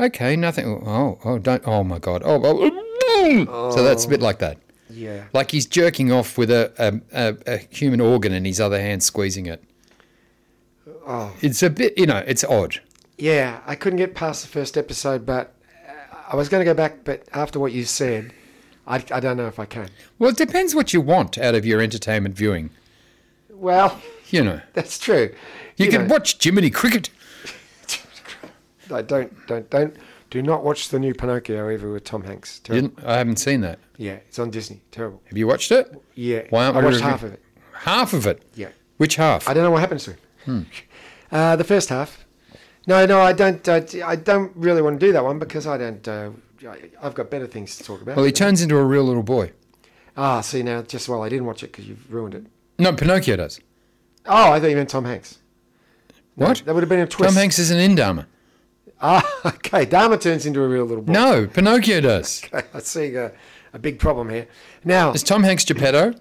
[SPEAKER 1] Okay, nothing. Oh, oh, don't. Oh my God. Oh, oh, so that's a bit like that.
[SPEAKER 2] Yeah.
[SPEAKER 1] Like he's jerking off with a a, a, a human organ in his other hand, squeezing it. Oh. It's a bit. You know, it's odd.
[SPEAKER 2] Yeah, I couldn't get past the first episode, but uh, I was going to go back, but after what you said, I, I don't know if I can.
[SPEAKER 1] Well, it depends what you want out of your entertainment viewing.
[SPEAKER 2] Well, (laughs)
[SPEAKER 1] You know,
[SPEAKER 2] that's true.
[SPEAKER 1] you, can
[SPEAKER 2] know,
[SPEAKER 1] watch Jiminy Cricket.
[SPEAKER 2] I don't, don't, don't, do not watch the new Pinocchio either with Tom Hanks. Terrible.
[SPEAKER 1] You- I haven't seen that.
[SPEAKER 2] Yeah, it's on Disney. Terrible.
[SPEAKER 1] Have you watched it?
[SPEAKER 2] Yeah,
[SPEAKER 1] Why aren't
[SPEAKER 2] I
[SPEAKER 1] we
[SPEAKER 2] watched
[SPEAKER 1] review-
[SPEAKER 2] half of it.
[SPEAKER 1] Half of it.
[SPEAKER 2] Yeah.
[SPEAKER 1] Which half?
[SPEAKER 2] I don't know what happens to him.
[SPEAKER 1] Hmm.
[SPEAKER 2] (laughs) Uh, the first half. No, no, I don't. I, I don't really want to do that one because I don't. Uh, I, I've got better things to talk about.
[SPEAKER 1] well, he turns into a real little boy.
[SPEAKER 2] ah, see now, just well, I didn't watch it because you've ruined it.
[SPEAKER 1] No, Pinocchio does.
[SPEAKER 2] Oh, I thought you meant Tom Hanks.
[SPEAKER 1] What?
[SPEAKER 2] That would have been a twist.
[SPEAKER 1] Tom Hanks is an Indama.
[SPEAKER 2] (laughs) Ah, okay. Dharma turns into a real little boy.
[SPEAKER 1] No, Pinocchio does.
[SPEAKER 2] (laughs) I see a, a big problem here. Now,
[SPEAKER 1] Is Tom Hanks Geppetto?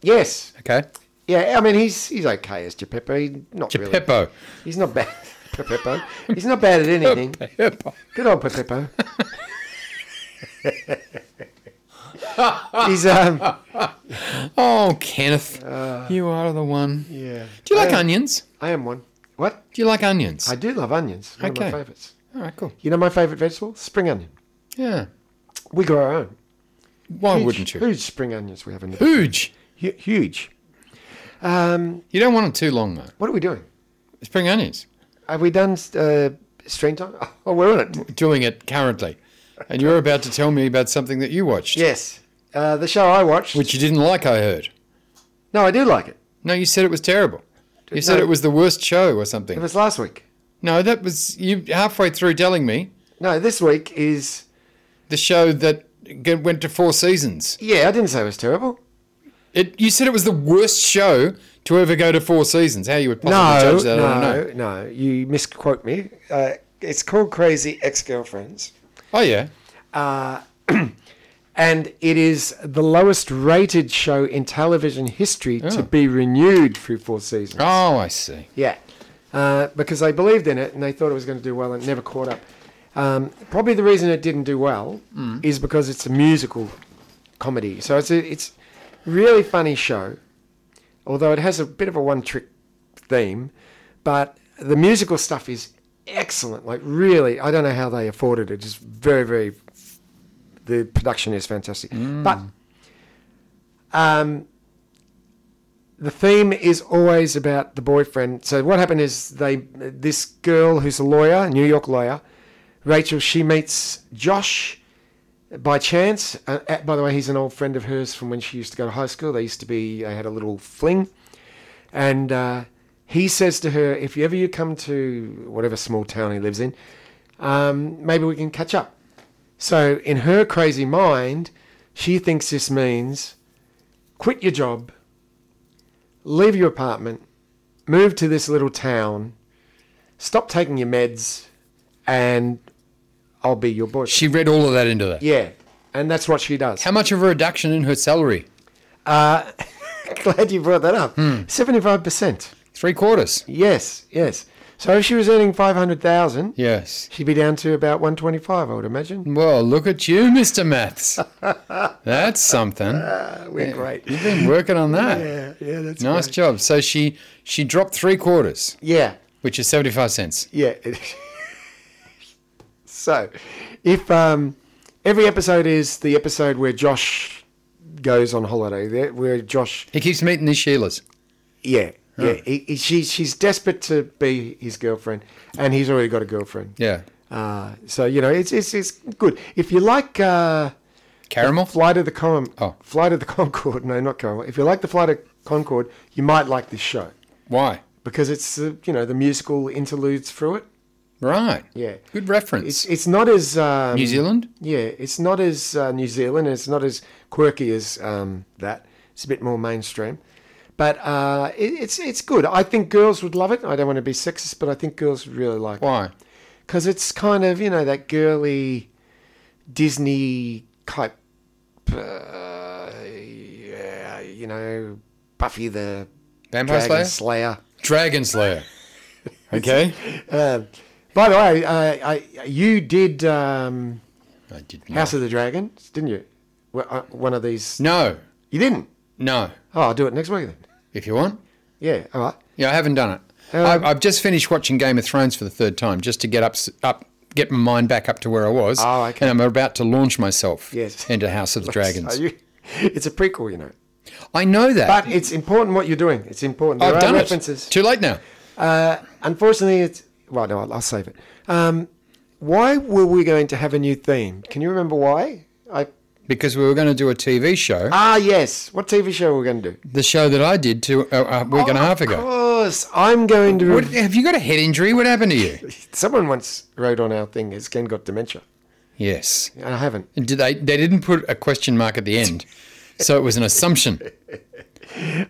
[SPEAKER 2] yes,
[SPEAKER 1] Okay.
[SPEAKER 2] yeah. I mean, he's he's okay as Geppetto. He's not really.
[SPEAKER 1] Geppetto.
[SPEAKER 2] He's not bad. (laughs) Geppetto. He's not bad at anything.
[SPEAKER 1] Geppetto.
[SPEAKER 2] Good old Peppo. he's um
[SPEAKER 1] Oh, Kenneth. you are the one.
[SPEAKER 2] Uh, yeah.
[SPEAKER 1] Do you like
[SPEAKER 2] I am,
[SPEAKER 1] onions?
[SPEAKER 2] I am one. What?
[SPEAKER 1] Do you like onions?
[SPEAKER 2] I do love onions. One of
[SPEAKER 1] Okay.
[SPEAKER 2] my favourites.
[SPEAKER 1] All right, cool.
[SPEAKER 2] You know my favourite vegetable? Spring onion.
[SPEAKER 1] Yeah.
[SPEAKER 2] We grow our own.
[SPEAKER 1] Why
[SPEAKER 2] Huge-
[SPEAKER 1] Oh, wouldn't you?
[SPEAKER 2] Huge spring onions we have in the
[SPEAKER 1] Huge.
[SPEAKER 2] Hu- huge. Um,
[SPEAKER 1] You don't want them too long, though.
[SPEAKER 2] what are we doing?
[SPEAKER 1] Spring onions.
[SPEAKER 2] Have we done uh, stream time? (laughs) Oh, we're on it.
[SPEAKER 1] Doing it currently. And you're about to tell me about something that you watched.
[SPEAKER 2] Yes. Uh, the show I watched.
[SPEAKER 1] Which you didn't like, I heard.
[SPEAKER 2] no, I do like it.
[SPEAKER 1] No, you said it was terrible. You said
[SPEAKER 2] No.
[SPEAKER 1] it was the worst show or
[SPEAKER 2] It
[SPEAKER 1] something.
[SPEAKER 2] was last week.
[SPEAKER 1] No, that was you halfway through telling me
[SPEAKER 2] No, this week is.
[SPEAKER 1] the show that g- went to four seasons.
[SPEAKER 2] Yeah, I didn't say it was terrible.
[SPEAKER 1] It you said it was the worst show to ever go to four seasons. How you would possibly
[SPEAKER 2] No,
[SPEAKER 1] judge that? I don't know.
[SPEAKER 2] no, no. You misquote me. Uh, it's called Crazy Ex Girlfriends,
[SPEAKER 1] Oh yeah,
[SPEAKER 2] and it is the lowest rated show in television history to be renewed through four seasons.
[SPEAKER 1] oh I see.
[SPEAKER 2] Yeah, uh, because they believed in it and they thought it was going to do well, and it never caught up. Um, probably the reason it didn't do well is because it's a musical comedy. So it's a, it's really funny show, although it has a bit of a one trick theme. But the musical stuff is excellent. Like really, I don't know how they afforded it. It's very very. The production is fantastic, but the theme is always about the boyfriend. So what happened is they this girl who's a lawyer, a New York lawyer, Rachel, she meets Josh by chance. Uh, uh, by the way, he's an old friend of hers from when she used to go to high school. They used to be they had a little fling, and uh, he says to her, "If you ever you come to whatever small town he lives in, um, maybe we can catch up." So in her crazy mind, she thinks this means quit your job leave your apartment, move to this little town, stop taking your meds, and I'll be your boyfriend.
[SPEAKER 1] She read all of that into that.
[SPEAKER 2] yeah, and that's what she does.
[SPEAKER 1] How much of a reduction in her salary?
[SPEAKER 2] (laughs) Glad you brought that up. Seventy-five percent.
[SPEAKER 1] Three quarters.
[SPEAKER 2] Yes, yes. So if she was earning five hundred thousand,
[SPEAKER 1] Yes.
[SPEAKER 2] she'd be down to about one twenty-five. I would imagine.
[SPEAKER 1] Well, look at you, (laughs) Mr. Maths. That's something.
[SPEAKER 2] We're great.
[SPEAKER 1] You've been working on that.
[SPEAKER 2] (laughs) Yeah, yeah, that's
[SPEAKER 1] Nice
[SPEAKER 2] great.
[SPEAKER 1] job. So she she dropped three quarters,
[SPEAKER 2] Yeah,
[SPEAKER 1] which is seventy five cents.
[SPEAKER 2] yeah. (laughs) so, if um, every episode is the episode where Josh goes on holiday, there where Josh
[SPEAKER 1] He keeps meeting these Sheilas.
[SPEAKER 2] Yeah, yeah. He, he, she, she's desperate to be his girlfriend, and he's already got a girlfriend.
[SPEAKER 1] Yeah.
[SPEAKER 2] Uh, so you know, it's it's, it's good if you like uh,
[SPEAKER 1] Caramel.
[SPEAKER 2] Flight of the Com,
[SPEAKER 1] Oh.
[SPEAKER 2] Flight of the Concord. (laughs) No, not Concord. If you like the Flight of Concord, you might like this show
[SPEAKER 1] Why?
[SPEAKER 2] because it's uh, you know the musical interludes through it.
[SPEAKER 1] Right.
[SPEAKER 2] Yeah,
[SPEAKER 1] Good reference.
[SPEAKER 2] It's it's not as um,
[SPEAKER 1] New Zealand.
[SPEAKER 2] Yeah, it's not as uh, New Zealand. It's not as quirky as um, that. It's a bit more mainstream, but uh, it, it's it's good. I think girls would love it. I don't want to be sexist, but I think girls would really like it.
[SPEAKER 1] Why?
[SPEAKER 2] because it's kind of you know that girly Disney type, uh, yeah, you know, Buffy the
[SPEAKER 1] Vampire Slayer.
[SPEAKER 2] Dragon Slayer
[SPEAKER 1] Dragon
[SPEAKER 2] (laughs)
[SPEAKER 1] Slayer. Okay.
[SPEAKER 2] Um, by the way, I, I you did um,
[SPEAKER 1] I did
[SPEAKER 2] House
[SPEAKER 1] not.
[SPEAKER 2] of the Dragons, didn't you? Well, uh, One of these.
[SPEAKER 1] No,
[SPEAKER 2] You didn't.
[SPEAKER 1] no.
[SPEAKER 2] Oh, I'll do it next week then.
[SPEAKER 1] If you want.
[SPEAKER 2] Yeah. All right.
[SPEAKER 1] Yeah, I haven't done it.
[SPEAKER 2] Um,
[SPEAKER 1] I, I've just finished watching Game of Thrones for the third time, just to get up, up, get my mind back up to where I was.
[SPEAKER 2] Oh, okay.
[SPEAKER 1] And I'm about to launch myself (laughs)
[SPEAKER 2] Yes.
[SPEAKER 1] into House of the Dragons.
[SPEAKER 2] So you- (laughs) it's a prequel, you know.
[SPEAKER 1] I know that.
[SPEAKER 2] But it's important what you're doing. It's important. There
[SPEAKER 1] I've
[SPEAKER 2] are
[SPEAKER 1] done
[SPEAKER 2] references.
[SPEAKER 1] it. Too late now.
[SPEAKER 2] Unfortunately, it's well. No, I'll, I'll save it. Um, why were we going to have a new theme? Can you remember why? I
[SPEAKER 1] Because we were going to do a TV show,
[SPEAKER 2] ah yes. What TV show were we going to do?
[SPEAKER 1] the show that I did two, uh, a week and a half
[SPEAKER 2] Of
[SPEAKER 1] ago.
[SPEAKER 2] course, I'm going to.
[SPEAKER 1] What, have you got a head injury? What happened to you?
[SPEAKER 2] Someone once wrote on our thing, "Has Ken got dementia?"
[SPEAKER 1] yes.
[SPEAKER 2] And I haven't.
[SPEAKER 1] And Did they? They didn't put a question mark at the end, so it was an assumption.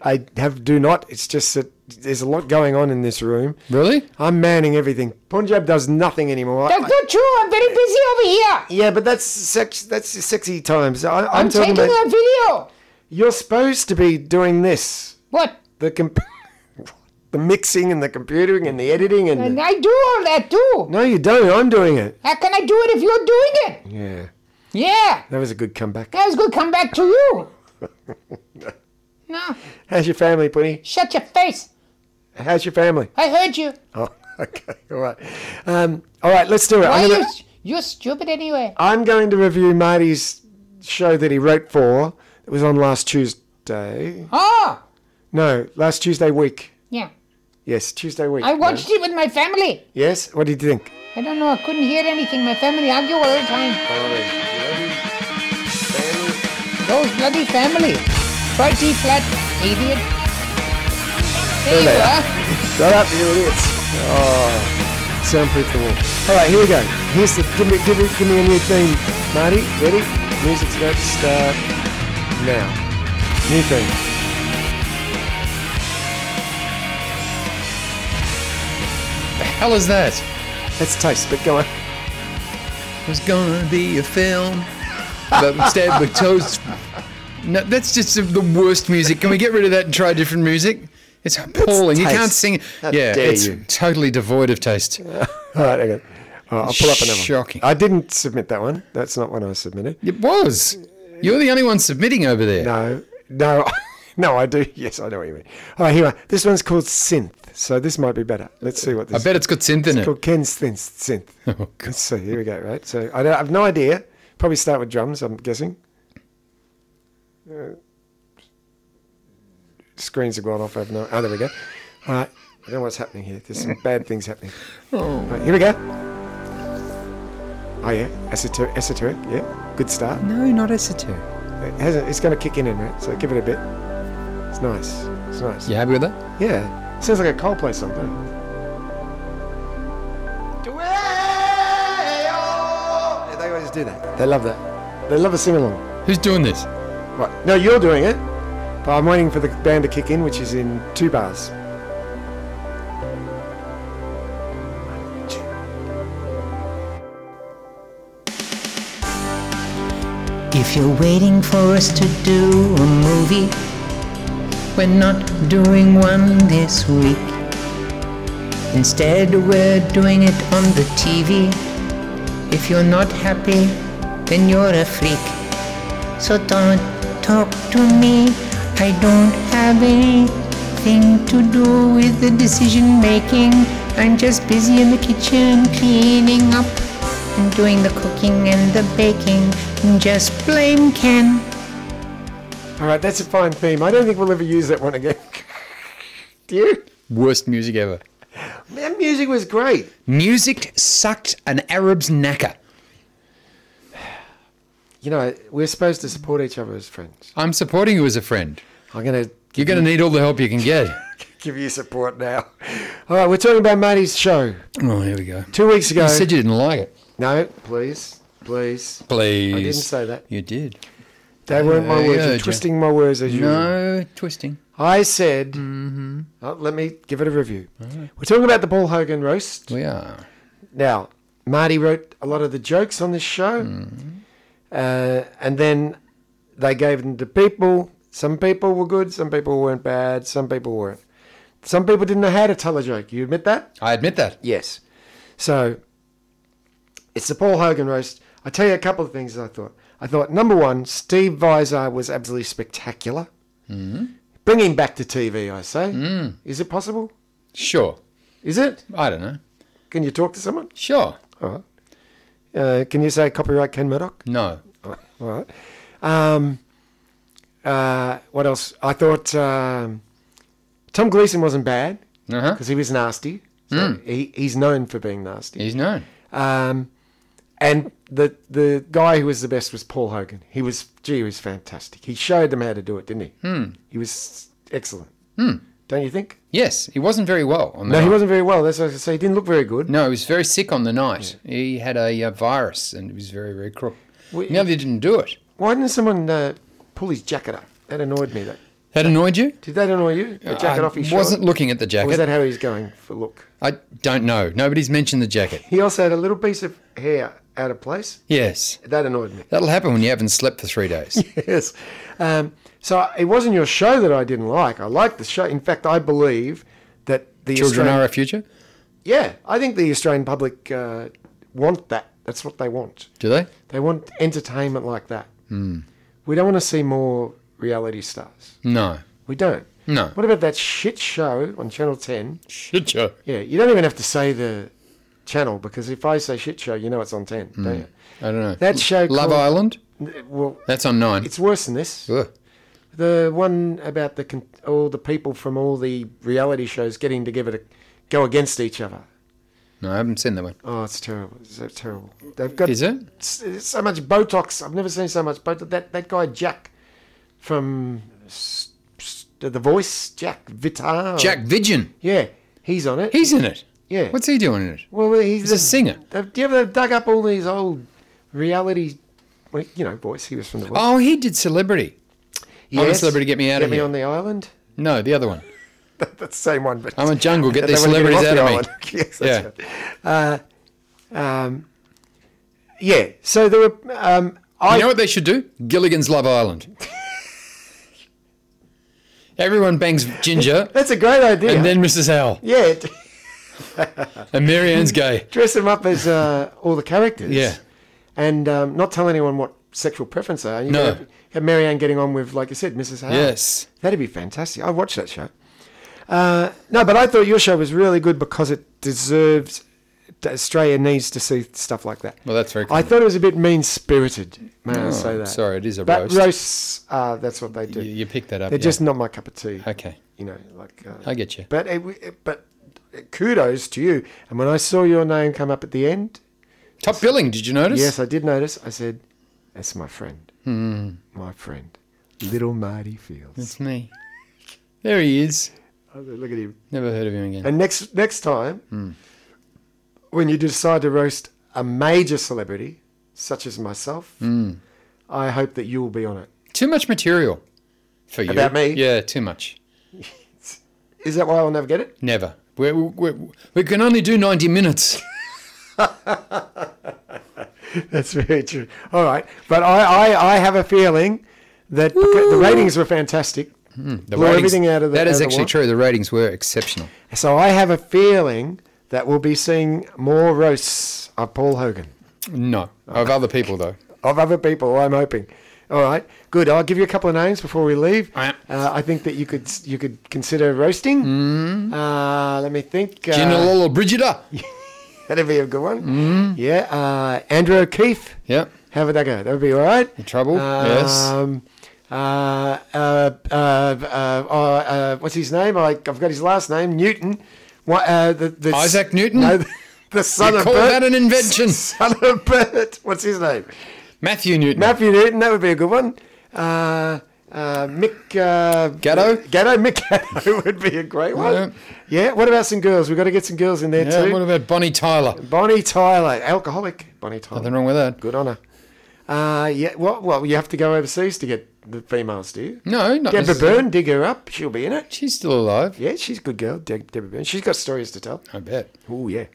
[SPEAKER 2] I have do not. It's just that there's a lot going on in this room.
[SPEAKER 1] Really?
[SPEAKER 2] I'm manning everything. Punjab does nothing anymore. That's not true. I'm very busy over here. Yeah, but that's sex. That's sexy times. I, I'm, talking about.
[SPEAKER 3] video.
[SPEAKER 2] You're supposed to be doing this.
[SPEAKER 3] What?
[SPEAKER 2] The comp- (laughs) the mixing and the computering and the editing and.
[SPEAKER 3] I do all that too.
[SPEAKER 2] no, you don't. I'm doing it.
[SPEAKER 3] How can I do it if you're doing it?
[SPEAKER 2] Yeah,
[SPEAKER 3] Yeah,
[SPEAKER 2] that was a good comeback.
[SPEAKER 3] that was good. Come back to you. no,
[SPEAKER 2] How's your family, Putty?
[SPEAKER 3] shut your face.
[SPEAKER 2] How's your family?
[SPEAKER 3] I heard you.
[SPEAKER 2] Oh, (laughs) okay. All right. Um, all right. Let's do it.
[SPEAKER 3] Why
[SPEAKER 2] I'm
[SPEAKER 3] you?
[SPEAKER 2] gonna,
[SPEAKER 3] You're stupid anyway.
[SPEAKER 2] I'm going to review Marty's show that he wrote for. It was on last Tuesday.
[SPEAKER 3] Oh,
[SPEAKER 2] No, last Tuesday week.
[SPEAKER 3] yeah.
[SPEAKER 2] Yes, Tuesday week.
[SPEAKER 3] I watched it with my family.
[SPEAKER 2] No. Yes. What did you think?
[SPEAKER 3] I don't know. I couldn't hear anything. My family argue all the time. Those bloody family. Right D flat, idiot. There you are.
[SPEAKER 2] Shut up, you idiots. Oh, soundproof the wall. All right, here we go. Here's the give me give me give me a new theme, Marty. Ready? Music's about to start now. New theme.
[SPEAKER 1] The hell is that?
[SPEAKER 2] That's taste, but go on. (laughs)
[SPEAKER 1] There's gonna be a film, but instead we're toast. No, that's just the worst music. Can we get rid of that and try different music? It's appalling. you
[SPEAKER 2] taste.
[SPEAKER 1] can't sing. it.
[SPEAKER 2] How
[SPEAKER 1] yeah,
[SPEAKER 2] dare
[SPEAKER 1] it's
[SPEAKER 2] you.
[SPEAKER 1] totally devoid of taste.
[SPEAKER 2] All right, okay. All right, I'll pull up another one.
[SPEAKER 1] Shocking.
[SPEAKER 2] I didn't submit that one. That's not one I submitted.
[SPEAKER 1] It was. You're the only one submitting over there.
[SPEAKER 2] No, no, (laughs) no. I do. Yes, I know what you mean. All right, here. we are. This one's called synth, so this might be better. Let's see what this.
[SPEAKER 1] I bet it's got synth in
[SPEAKER 2] It's
[SPEAKER 1] it.
[SPEAKER 2] called Ken's synth. synth.
[SPEAKER 1] (laughs) Oh, God.
[SPEAKER 2] Let's see. Here we go. Right. So I, don't, I have no idea. Probably start with drums. I'm guessing. Uh, screens have gone off. I have no. Oh, there we go. All right. I don't know what's happening here. There's some bad things happening. Right, here we go. Oh yeah, esoteric. Esoteric. Yeah. Good start.
[SPEAKER 1] No, not esoteric.
[SPEAKER 2] It hasn't. It's going to kick in in a minute. So give it a bit. It's nice. It's nice.
[SPEAKER 1] You happy with that?
[SPEAKER 2] Yeah. Sounds like a Coldplay song, doesn't it? Dwell! They always do that. They love that. They love a sing along.
[SPEAKER 1] Who's doing this?
[SPEAKER 2] Right. No, you're doing it. But I'm waiting for the band to kick in, which is in two bars.
[SPEAKER 7] If you're waiting for us to do a movie, we're not doing one this week. Instead, we're doing it on the TV. If you're not happy, then you're a freak. So don't talk to me. I don't have anything to do with the decision making. I'm just busy in the kitchen cleaning up and doing the cooking and the baking. Just blame Ken.
[SPEAKER 2] All right, that's a fine theme. I don't think we'll ever use that one again. (laughs) do you?
[SPEAKER 1] Worst music ever.
[SPEAKER 2] That music was great.
[SPEAKER 1] Music sucked an Arab's knacker.
[SPEAKER 2] You know, we're supposed to support each other as friends.
[SPEAKER 1] I'm supporting you as a friend.
[SPEAKER 2] I'm going to
[SPEAKER 1] You're going to need all the help you can get.
[SPEAKER 2] give you support now. All right, we're talking about Marty's show.
[SPEAKER 1] Oh, here we go.
[SPEAKER 2] Two weeks ago.
[SPEAKER 1] You said you didn't like it.
[SPEAKER 2] No, please, please.
[SPEAKER 1] Please.
[SPEAKER 2] I didn't say that.
[SPEAKER 1] You did.
[SPEAKER 2] They weren't my
[SPEAKER 1] Yeah,
[SPEAKER 2] words. You're
[SPEAKER 1] Jim.
[SPEAKER 2] twisting my words as you.
[SPEAKER 1] No Mm-hmm. twisting.
[SPEAKER 2] I said. Oh, let me give it a review. We're talking about the Paul Hogan roast
[SPEAKER 1] We are.
[SPEAKER 2] now. Marty wrote a lot of the jokes on this show,
[SPEAKER 1] Mm-hmm.
[SPEAKER 2] uh, and then they gave them to people. Some people were good, some people weren't bad, some people weren't. Some people didn't know how to tell a joke. You admit that?
[SPEAKER 1] I admit that.
[SPEAKER 2] Yes. So it's the Paul Hogan roast. I tell you a couple of things that I thought. I thought number one, Steve Visar was absolutely spectacular. Mm-hmm. Bring him back to TV, I say. Mm. Is it possible?
[SPEAKER 1] Sure.
[SPEAKER 2] Is it?
[SPEAKER 1] I don't know.
[SPEAKER 2] Can you talk to someone?
[SPEAKER 1] Sure.
[SPEAKER 2] All right. Uh, can you say copyright Ken Murdoch?
[SPEAKER 1] No.
[SPEAKER 2] All right. Um, uh, what else? I thought um, Tom Gleason wasn't bad
[SPEAKER 1] Uh huh.
[SPEAKER 2] because he was nasty. So he, he's known for being nasty.
[SPEAKER 1] He's known.
[SPEAKER 2] Um, and the the guy who was the best was Paul Hogan. He was gee, he was fantastic. He showed them how to do it, didn't he?
[SPEAKER 1] Hmm.
[SPEAKER 2] He was excellent. Don't you think?
[SPEAKER 1] Yes, he wasn't very well on the
[SPEAKER 2] No, he
[SPEAKER 1] night.
[SPEAKER 2] wasn't very well. That's what I was gonna say. He didn't look very good.
[SPEAKER 1] No, he was very sick on the night. He had a uh, virus and he was very, very crook.
[SPEAKER 2] We-
[SPEAKER 1] Nearly didn't do it.
[SPEAKER 2] Why didn't someone uh, pull his jacket up? That annoyed me. That
[SPEAKER 1] That annoyed you?
[SPEAKER 2] did that annoy you? The jacket
[SPEAKER 1] Uh, I
[SPEAKER 2] off his
[SPEAKER 1] wasn't
[SPEAKER 2] shirt?
[SPEAKER 1] looking at the
[SPEAKER 2] Or
[SPEAKER 1] jacket.
[SPEAKER 2] was that how he's going for look?
[SPEAKER 1] I don't know. Nobody's mentioned the jacket.
[SPEAKER 2] He also had a little piece of hair out of place.
[SPEAKER 1] Yes.
[SPEAKER 2] That annoyed
[SPEAKER 1] (laughs)
[SPEAKER 2] me.
[SPEAKER 1] That'll happen when you haven't slept for three days.
[SPEAKER 2] yes. Um, so it wasn't your show that I didn't like. I liked the show. In fact, I believe that the
[SPEAKER 1] Children
[SPEAKER 2] Australian-
[SPEAKER 1] are our future.
[SPEAKER 2] Yeah, I think the Australian public uh, want that. That's what they want.
[SPEAKER 1] Do they?
[SPEAKER 2] They want entertainment like that. We don't want to see more reality stars.
[SPEAKER 1] No.
[SPEAKER 2] We don't.
[SPEAKER 1] No.
[SPEAKER 2] What about that shit show on Channel 10?
[SPEAKER 1] Shit show.
[SPEAKER 2] Yeah, you don't even have to say the channel because if I say shit show, you know it's on 10, don't you?
[SPEAKER 1] I don't know.
[SPEAKER 2] That show
[SPEAKER 1] Love
[SPEAKER 2] called-
[SPEAKER 1] Island?
[SPEAKER 2] Well,
[SPEAKER 1] That's on nine.
[SPEAKER 2] it's worse than this.
[SPEAKER 1] Ugh.
[SPEAKER 2] The one about the con- all the people from all the reality shows getting together to go against each other.
[SPEAKER 1] No, I haven't seen that one.
[SPEAKER 2] Oh, it's terrible. It's so terrible. They've got
[SPEAKER 1] Is it?
[SPEAKER 2] s- so much Botox. I've never seen so much Botox. That that guy Jack from s- s- the Voice, Jack Vitar.
[SPEAKER 1] Jack Vidgen.
[SPEAKER 2] Yeah, he's on it.
[SPEAKER 1] He's in it.
[SPEAKER 2] yeah.
[SPEAKER 1] What's he doing in it?
[SPEAKER 2] well, he's,
[SPEAKER 1] He's a singer.
[SPEAKER 2] They've, yeah, but they've dug up all these old reality. Well, you know, Voice. He was from the Voice.
[SPEAKER 1] Oh, he did Celebrity. I'm a celebrity. Get me out of
[SPEAKER 2] Get me
[SPEAKER 1] here.
[SPEAKER 2] on the island.
[SPEAKER 1] No, the other one.
[SPEAKER 2] That's the same one, but (laughs)
[SPEAKER 1] I'm a jungle. Get
[SPEAKER 2] And
[SPEAKER 1] these
[SPEAKER 2] they wanna
[SPEAKER 1] celebrities
[SPEAKER 2] get
[SPEAKER 1] out
[SPEAKER 2] him
[SPEAKER 1] of
[SPEAKER 2] off
[SPEAKER 1] me.
[SPEAKER 2] the island. (laughs) yes, that's
[SPEAKER 1] Yeah.
[SPEAKER 2] right. Um, yeah. So there were. Um, I
[SPEAKER 1] You know what they should do? Gilligan's Love Island.
[SPEAKER 2] (laughs)
[SPEAKER 1] Everyone bangs
[SPEAKER 2] (laughs)
[SPEAKER 1] Ginger
[SPEAKER 2] that's a great idea.
[SPEAKER 1] and then Mrs. Howell.
[SPEAKER 2] yeah,
[SPEAKER 1] And Marianne's
[SPEAKER 2] (laughs)
[SPEAKER 1] gay.
[SPEAKER 2] dress them up as uh, all the characters.
[SPEAKER 1] Yeah.
[SPEAKER 2] and um, not tell anyone what sexual preference they are. You
[SPEAKER 1] No.
[SPEAKER 2] could Have, have Marianne getting on with, like you said, Mrs. Howard.
[SPEAKER 1] Yes.
[SPEAKER 2] That'd be fantastic. I'd watch that show. Uh, no, but I thought your show was really good because it deserves. Australia needs to see stuff like that.
[SPEAKER 1] Well, that's very
[SPEAKER 2] I
[SPEAKER 1] kind.
[SPEAKER 2] thought it was a bit mean spirited, may I say that?
[SPEAKER 1] sorry, it is a
[SPEAKER 2] but
[SPEAKER 1] roast.
[SPEAKER 2] roasts, uh, that's what they do.
[SPEAKER 1] You, you picked that up.
[SPEAKER 2] They're
[SPEAKER 1] yeah.
[SPEAKER 2] just not my cup of tea.
[SPEAKER 1] Okay.
[SPEAKER 2] You know, like. Uh,
[SPEAKER 1] I get you.
[SPEAKER 2] But it, it- but eh, kudos to you. And when I saw your name come up at the end,
[SPEAKER 1] Top billing, did you notice?
[SPEAKER 2] Yes, I did notice. I said, "That's my friend, my friend, little Marty Fields."
[SPEAKER 1] It's me. There he is.
[SPEAKER 2] I said, Oh, Look at him.
[SPEAKER 1] Never heard of him again.
[SPEAKER 2] And next next time, when you decide to roast a major celebrity such as myself, I hope that you will be on it.
[SPEAKER 1] Too much material for you.
[SPEAKER 2] About me?
[SPEAKER 1] Yeah, too much.
[SPEAKER 2] Is that why I'll never get it?
[SPEAKER 1] Never. we we we we can only do 90 minutes.
[SPEAKER 2] (laughs)
[SPEAKER 1] (laughs)
[SPEAKER 2] That's very true. All right, but I I, I have a feeling that beca- the ratings were fantastic.
[SPEAKER 1] The
[SPEAKER 2] Blow everything out of the-
[SPEAKER 1] That is
[SPEAKER 2] out of the
[SPEAKER 1] actually
[SPEAKER 2] what?
[SPEAKER 1] true. The ratings were exceptional.
[SPEAKER 2] So I have a feeling that we'll be seeing more roasts of Paul Hogan.
[SPEAKER 1] No. Of other people, though.
[SPEAKER 2] of other people. I'm hoping. All right, good. I'll give you a couple of names before we leave.
[SPEAKER 1] All right.
[SPEAKER 2] Uh, I think that you could you could consider roasting.
[SPEAKER 1] Mm-hmm.
[SPEAKER 2] Uh, let me think. Uh,
[SPEAKER 1] Gina or Brigida.
[SPEAKER 2] that'd be a good one.
[SPEAKER 1] Mm-hmm.
[SPEAKER 2] Yeah, uh, Andrew O'Keefe.
[SPEAKER 1] Yep.
[SPEAKER 2] How would that go? That would be all right. In
[SPEAKER 1] trouble, yes.
[SPEAKER 2] Uh, uh, uh, uh, uh, uh, what's his name? I, I've got his last name. Newton. What, uh, the, the,
[SPEAKER 1] Isaac Newton?
[SPEAKER 2] No, (laughs) the, the son
[SPEAKER 1] You
[SPEAKER 2] of
[SPEAKER 1] call
[SPEAKER 2] Bert.
[SPEAKER 1] that an invention?
[SPEAKER 2] (laughs) Son of Bert. What's his name?
[SPEAKER 1] Matthew Newton.
[SPEAKER 2] Matthew Newton, that would be a good one. Uh, uh, Mick uh,
[SPEAKER 1] Gatto?
[SPEAKER 2] Gatto, Mick Gatto (laughs) would be a great one.
[SPEAKER 1] Yeah.
[SPEAKER 2] Yeah. what about some girls? We've got to get some girls in there
[SPEAKER 1] yeah,
[SPEAKER 2] too.
[SPEAKER 1] what about Bonnie Tyler?
[SPEAKER 2] Bonnie Tyler, alcoholic Bonnie Tyler.
[SPEAKER 1] Nothing wrong with that.
[SPEAKER 2] Good honour. Uh, yeah, well, well, you have to go overseas to get the females, do you?
[SPEAKER 1] No, not
[SPEAKER 2] Deborah
[SPEAKER 1] necessarily.
[SPEAKER 2] Byrne, dig her up. She'll be in it.
[SPEAKER 1] She's still alive.
[SPEAKER 2] Yeah, she's a good girl, De- Deborah Byrne. She's got stories to tell.
[SPEAKER 1] I bet.
[SPEAKER 2] Oh yeah.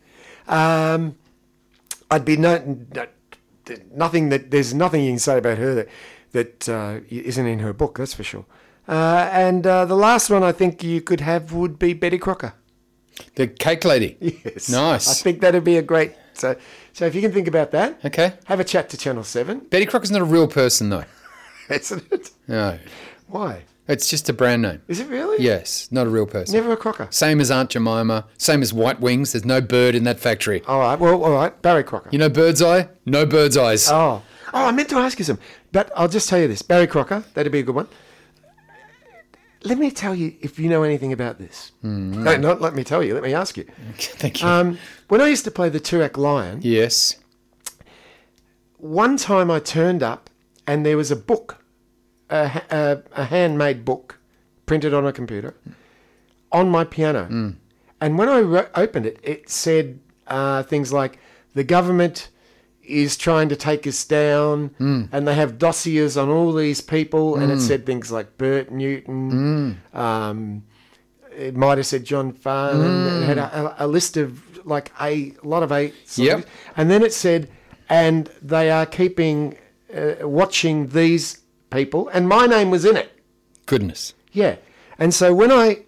[SPEAKER 2] Um, I'd be no, no, nothing that there's nothing you can say about her that that uh, isn't in her book. That's for sure. Uh, and uh, the last one I think you could have would be Betty Crocker.
[SPEAKER 1] The cake lady.
[SPEAKER 2] Yes.
[SPEAKER 1] Nice.
[SPEAKER 2] I think that'd be a great. So, so if you can think about that,
[SPEAKER 1] Okay.
[SPEAKER 2] have a chat to
[SPEAKER 1] (laughs)
[SPEAKER 2] Channel 7,
[SPEAKER 1] Betty Crocker's not a real person, though.
[SPEAKER 2] isn't it?
[SPEAKER 1] No.
[SPEAKER 2] Why?
[SPEAKER 1] It's just a brand name.
[SPEAKER 2] Is it really?
[SPEAKER 1] Yes, not a real person.
[SPEAKER 2] Never a Crocker.
[SPEAKER 1] Same as Aunt Jemima, same as White Wings. There's no bird in that factory.
[SPEAKER 2] All right. Well, all right. Barry Crocker.
[SPEAKER 1] You know Bird's Eye? No Bird's Eyes.
[SPEAKER 2] Oh. Oh, I meant to ask you some, but I'll just tell you this. Barry Crocker, that'd be a good one. Let me tell you if you know anything about this. No, not let me tell you. Let me ask you.
[SPEAKER 1] Thank you.
[SPEAKER 2] Um, when I used to play the Turak Lion,
[SPEAKER 1] yes.
[SPEAKER 2] one time I turned up and there was a book, a, ha- a, a handmade book printed on a computer on my piano. And when I ro- opened it, it said uh, things like the government is trying to take us down and they have dossiers on all these people. And it said things like Bert Newton. Um, it might have said John Farnham. It had a, a- a list of like a lot of eight.
[SPEAKER 1] Yep.
[SPEAKER 2] And then it said, and they are keeping, uh, watching these people. And my name was in it.
[SPEAKER 1] Goodness.
[SPEAKER 2] Yeah. And so when I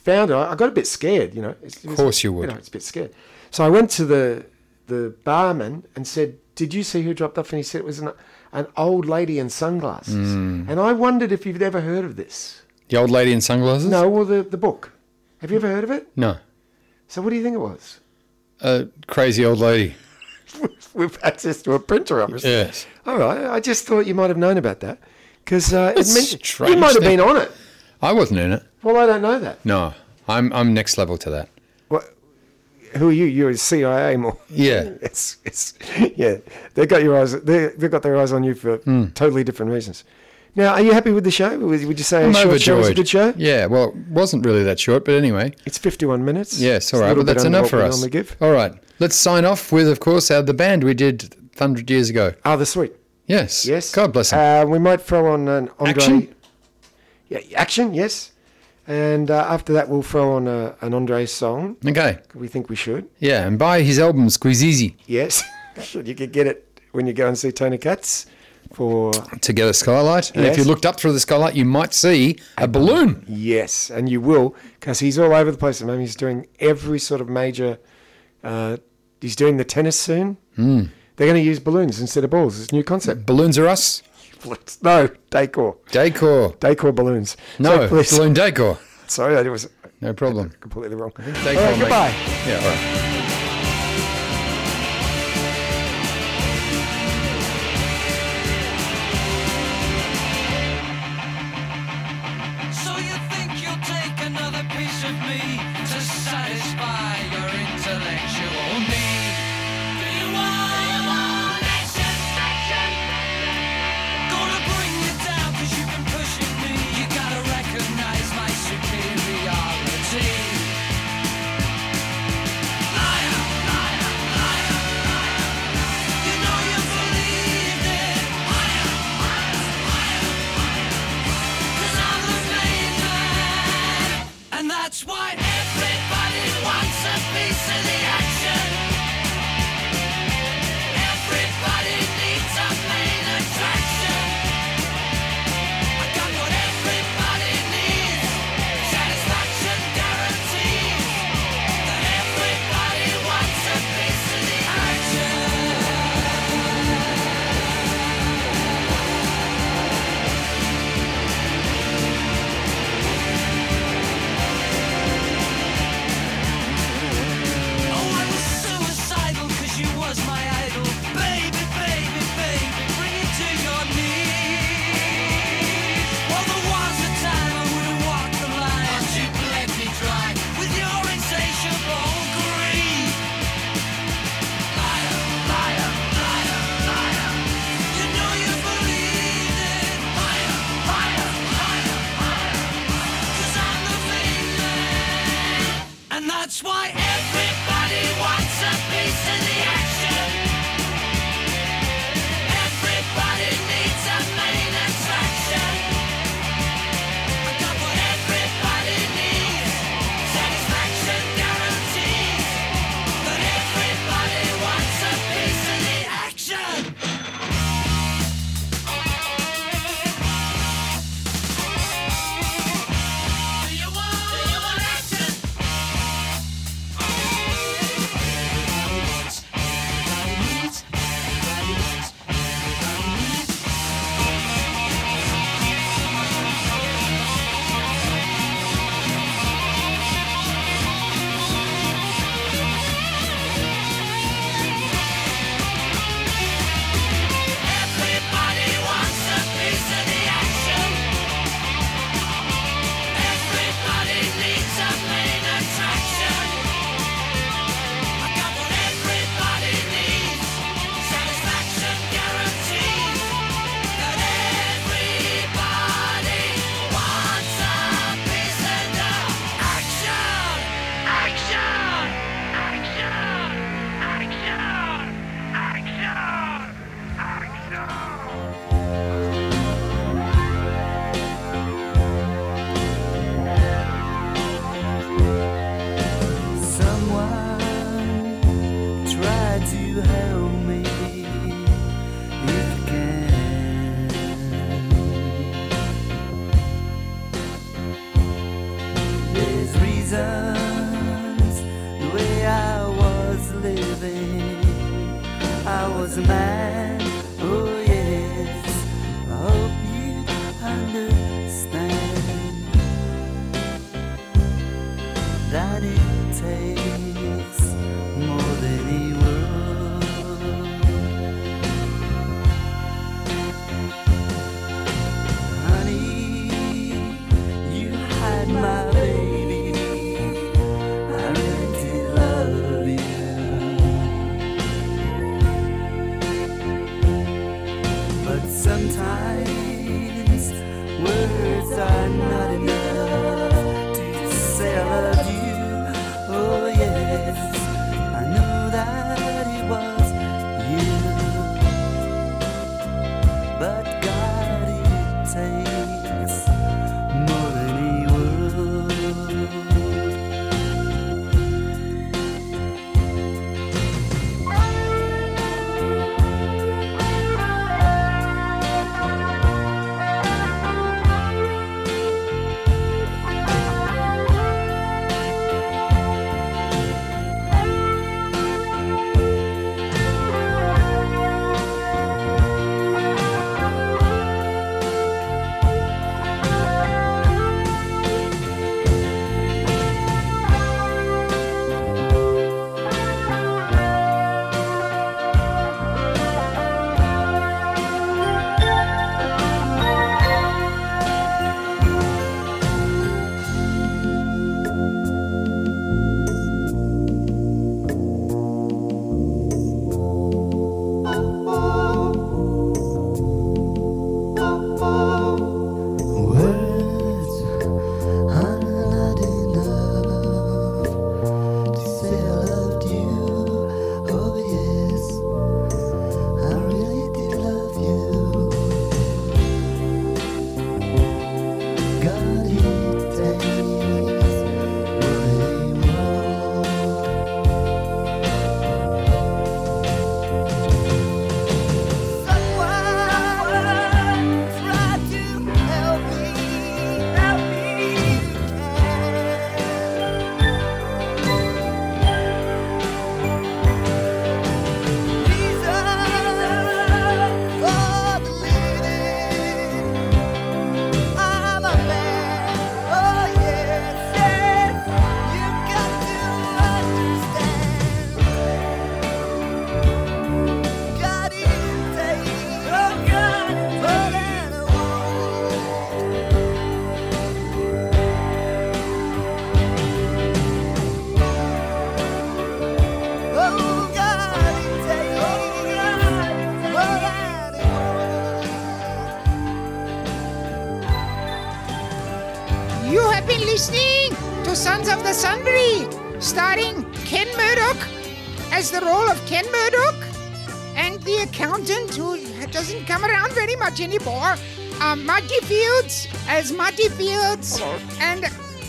[SPEAKER 2] found her, I got a bit scared, you know. It's, of
[SPEAKER 1] course you would.
[SPEAKER 2] know, it's a bit scared. So I went to the the barman and said, "Did you see who dropped off?" And he said it was an an old lady in sunglasses. And I wondered if you'd ever heard of this.
[SPEAKER 1] The old lady in sunglasses?
[SPEAKER 2] No, or the the book. Have you ever heard of it?
[SPEAKER 1] No.
[SPEAKER 2] So what do you think it was? (laughs)
[SPEAKER 1] A crazy old lady.
[SPEAKER 2] We've access to a printer, obviously.
[SPEAKER 1] Yes.
[SPEAKER 2] All right. I just thought you might have known about that because uh, it
[SPEAKER 1] That's
[SPEAKER 2] meant
[SPEAKER 1] strange
[SPEAKER 2] you might have
[SPEAKER 1] thing.
[SPEAKER 2] been on it.
[SPEAKER 1] I wasn't in it.
[SPEAKER 2] Well, I don't know that.
[SPEAKER 1] No. I'm I'm next level to that.
[SPEAKER 2] What? Who are you? You're a CIA more.
[SPEAKER 1] Yeah.
[SPEAKER 2] (laughs) it's it's yeah. They got your eyes. They they've got their eyes on you for
[SPEAKER 1] Hmm.
[SPEAKER 2] totally different reasons. Now, are you happy with the show? Would would you say a
[SPEAKER 1] I'm
[SPEAKER 2] short show is a
[SPEAKER 1] overjoyed.
[SPEAKER 2] good show?
[SPEAKER 1] Yeah, well, it wasn't really that short, but anyway.
[SPEAKER 2] It's fifty-one minutes.
[SPEAKER 1] Yes, all
[SPEAKER 2] It's a
[SPEAKER 1] right.
[SPEAKER 2] little
[SPEAKER 1] Well,
[SPEAKER 2] bit
[SPEAKER 1] that's
[SPEAKER 2] under
[SPEAKER 1] enough
[SPEAKER 2] what
[SPEAKER 1] for
[SPEAKER 2] we
[SPEAKER 1] us.
[SPEAKER 2] normally give.
[SPEAKER 1] All right. Let's sign off with, of course, our, the band we did 100 years ago.
[SPEAKER 2] Ah, the sweet.
[SPEAKER 1] Yes.
[SPEAKER 2] Yes.
[SPEAKER 1] God bless them.
[SPEAKER 2] Uh, we might throw on an Andre.
[SPEAKER 1] Action?
[SPEAKER 2] Yeah, action. Yes. And uh, after that, we'll throw on a, an Andre song.
[SPEAKER 1] okay.
[SPEAKER 2] We think we should.
[SPEAKER 1] Yeah, and buy his album, Squeeze Easy.
[SPEAKER 2] Yes, (laughs) you could get it when you go and see Tony Katz for
[SPEAKER 1] Together Skylight. And if
[SPEAKER 2] Yes.
[SPEAKER 1] you looked up through the skylight, you might see a balloon.
[SPEAKER 2] Yes, and you will, because he's all over the place at the moment. He's doing every sort of major. Uh, he's doing the tennis soon.
[SPEAKER 1] Hmm.
[SPEAKER 2] Mm. They're going to use balloons instead of balls. It's a new concept.
[SPEAKER 1] Balloons are us.
[SPEAKER 2] no, decor.
[SPEAKER 1] Decor.
[SPEAKER 2] Decor balloons.
[SPEAKER 1] No,
[SPEAKER 2] So please-
[SPEAKER 1] balloon decor.
[SPEAKER 2] (laughs) Sorry, that was
[SPEAKER 1] No problem.
[SPEAKER 2] completely wrong.
[SPEAKER 1] Decor.
[SPEAKER 2] All right,
[SPEAKER 1] mate.
[SPEAKER 2] goodbye.
[SPEAKER 1] Yeah, all right.
[SPEAKER 8] So you think you'll take another piece of me to satisfy your intellectual need? Do you want action? Gonna bring you down 'cause you've been pushing me. You gotta recognize my superiority. Liar, liar, liar, liar. You know you believed it. Liar, liar, liar, liar. Cause I'm the main man. And that's why everybody wants a piece of the action. Everybody needs a main attraction. I got what everybody needs. Satisfaction guarantees that everybody wants a piece of the action. Oh, I was suicidal 'cause you was my idol. Baby, baby, baby, bring it to your knees. Well, there was a time I would have walked the line. But you let me try with your insatiable greed. Liar, liar, liar, liar. You know you believed it. Liar, liar, liar, liar. 'Cause I'm the main man. And that's why everybody wants a piece of the action. Everybody needs a main attraction. I got what everybody needs. Satisfaction guarantees. But everybody wants a piece of the action. is mine. Oh yes, I hope you understand that it takes more than a world. Honey, you hide my baby. I really did love you. But sometimes words are not enough to say I love you. Oh, yes, I know that it was you. But God, it takes more than a word. Words are not enough to say I loved you. Oh yes, I really did love you. God, it takes way more. Try to help me, help me if for believing I'm a man. Oh yes, yes, you got to understand. God is taking, oh God, more than I want. Oh God, it takes, oh God, more than I want.
[SPEAKER 3] You have been listening to Sons of the Sundry, starring Ken Murdoch as the role of Ken Murdoch and the accountant who doesn't come around very much anymore, uh, Marty Fields as Marty Fields, and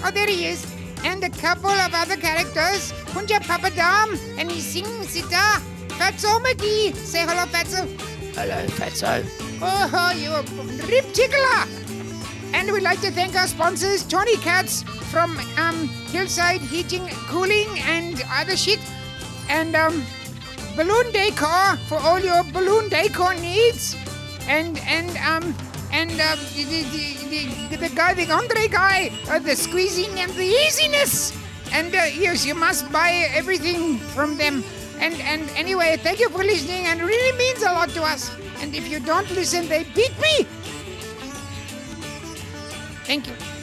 [SPEAKER 3] oh, there he is, and a couple of other characters, Punja Papadam and his singing sitar, Fatso McGee. Say hello, Fatso.
[SPEAKER 9] Hello, Fatso.
[SPEAKER 3] Oh, you rip tickler! And we'd like to thank our sponsors, Tony Katz from um, Hillside Heating, Cooling, and other shit, and um, Balloon Decor for all your balloon decor needs, and and um and um, the, the, the, the guy, the Andre guy, uh, the squeezing and the easiness, and uh, yes, you must buy everything from them. And and anyway, thank you for listening, and it really means a lot to us. And if you don't listen, they beat me. Thank you.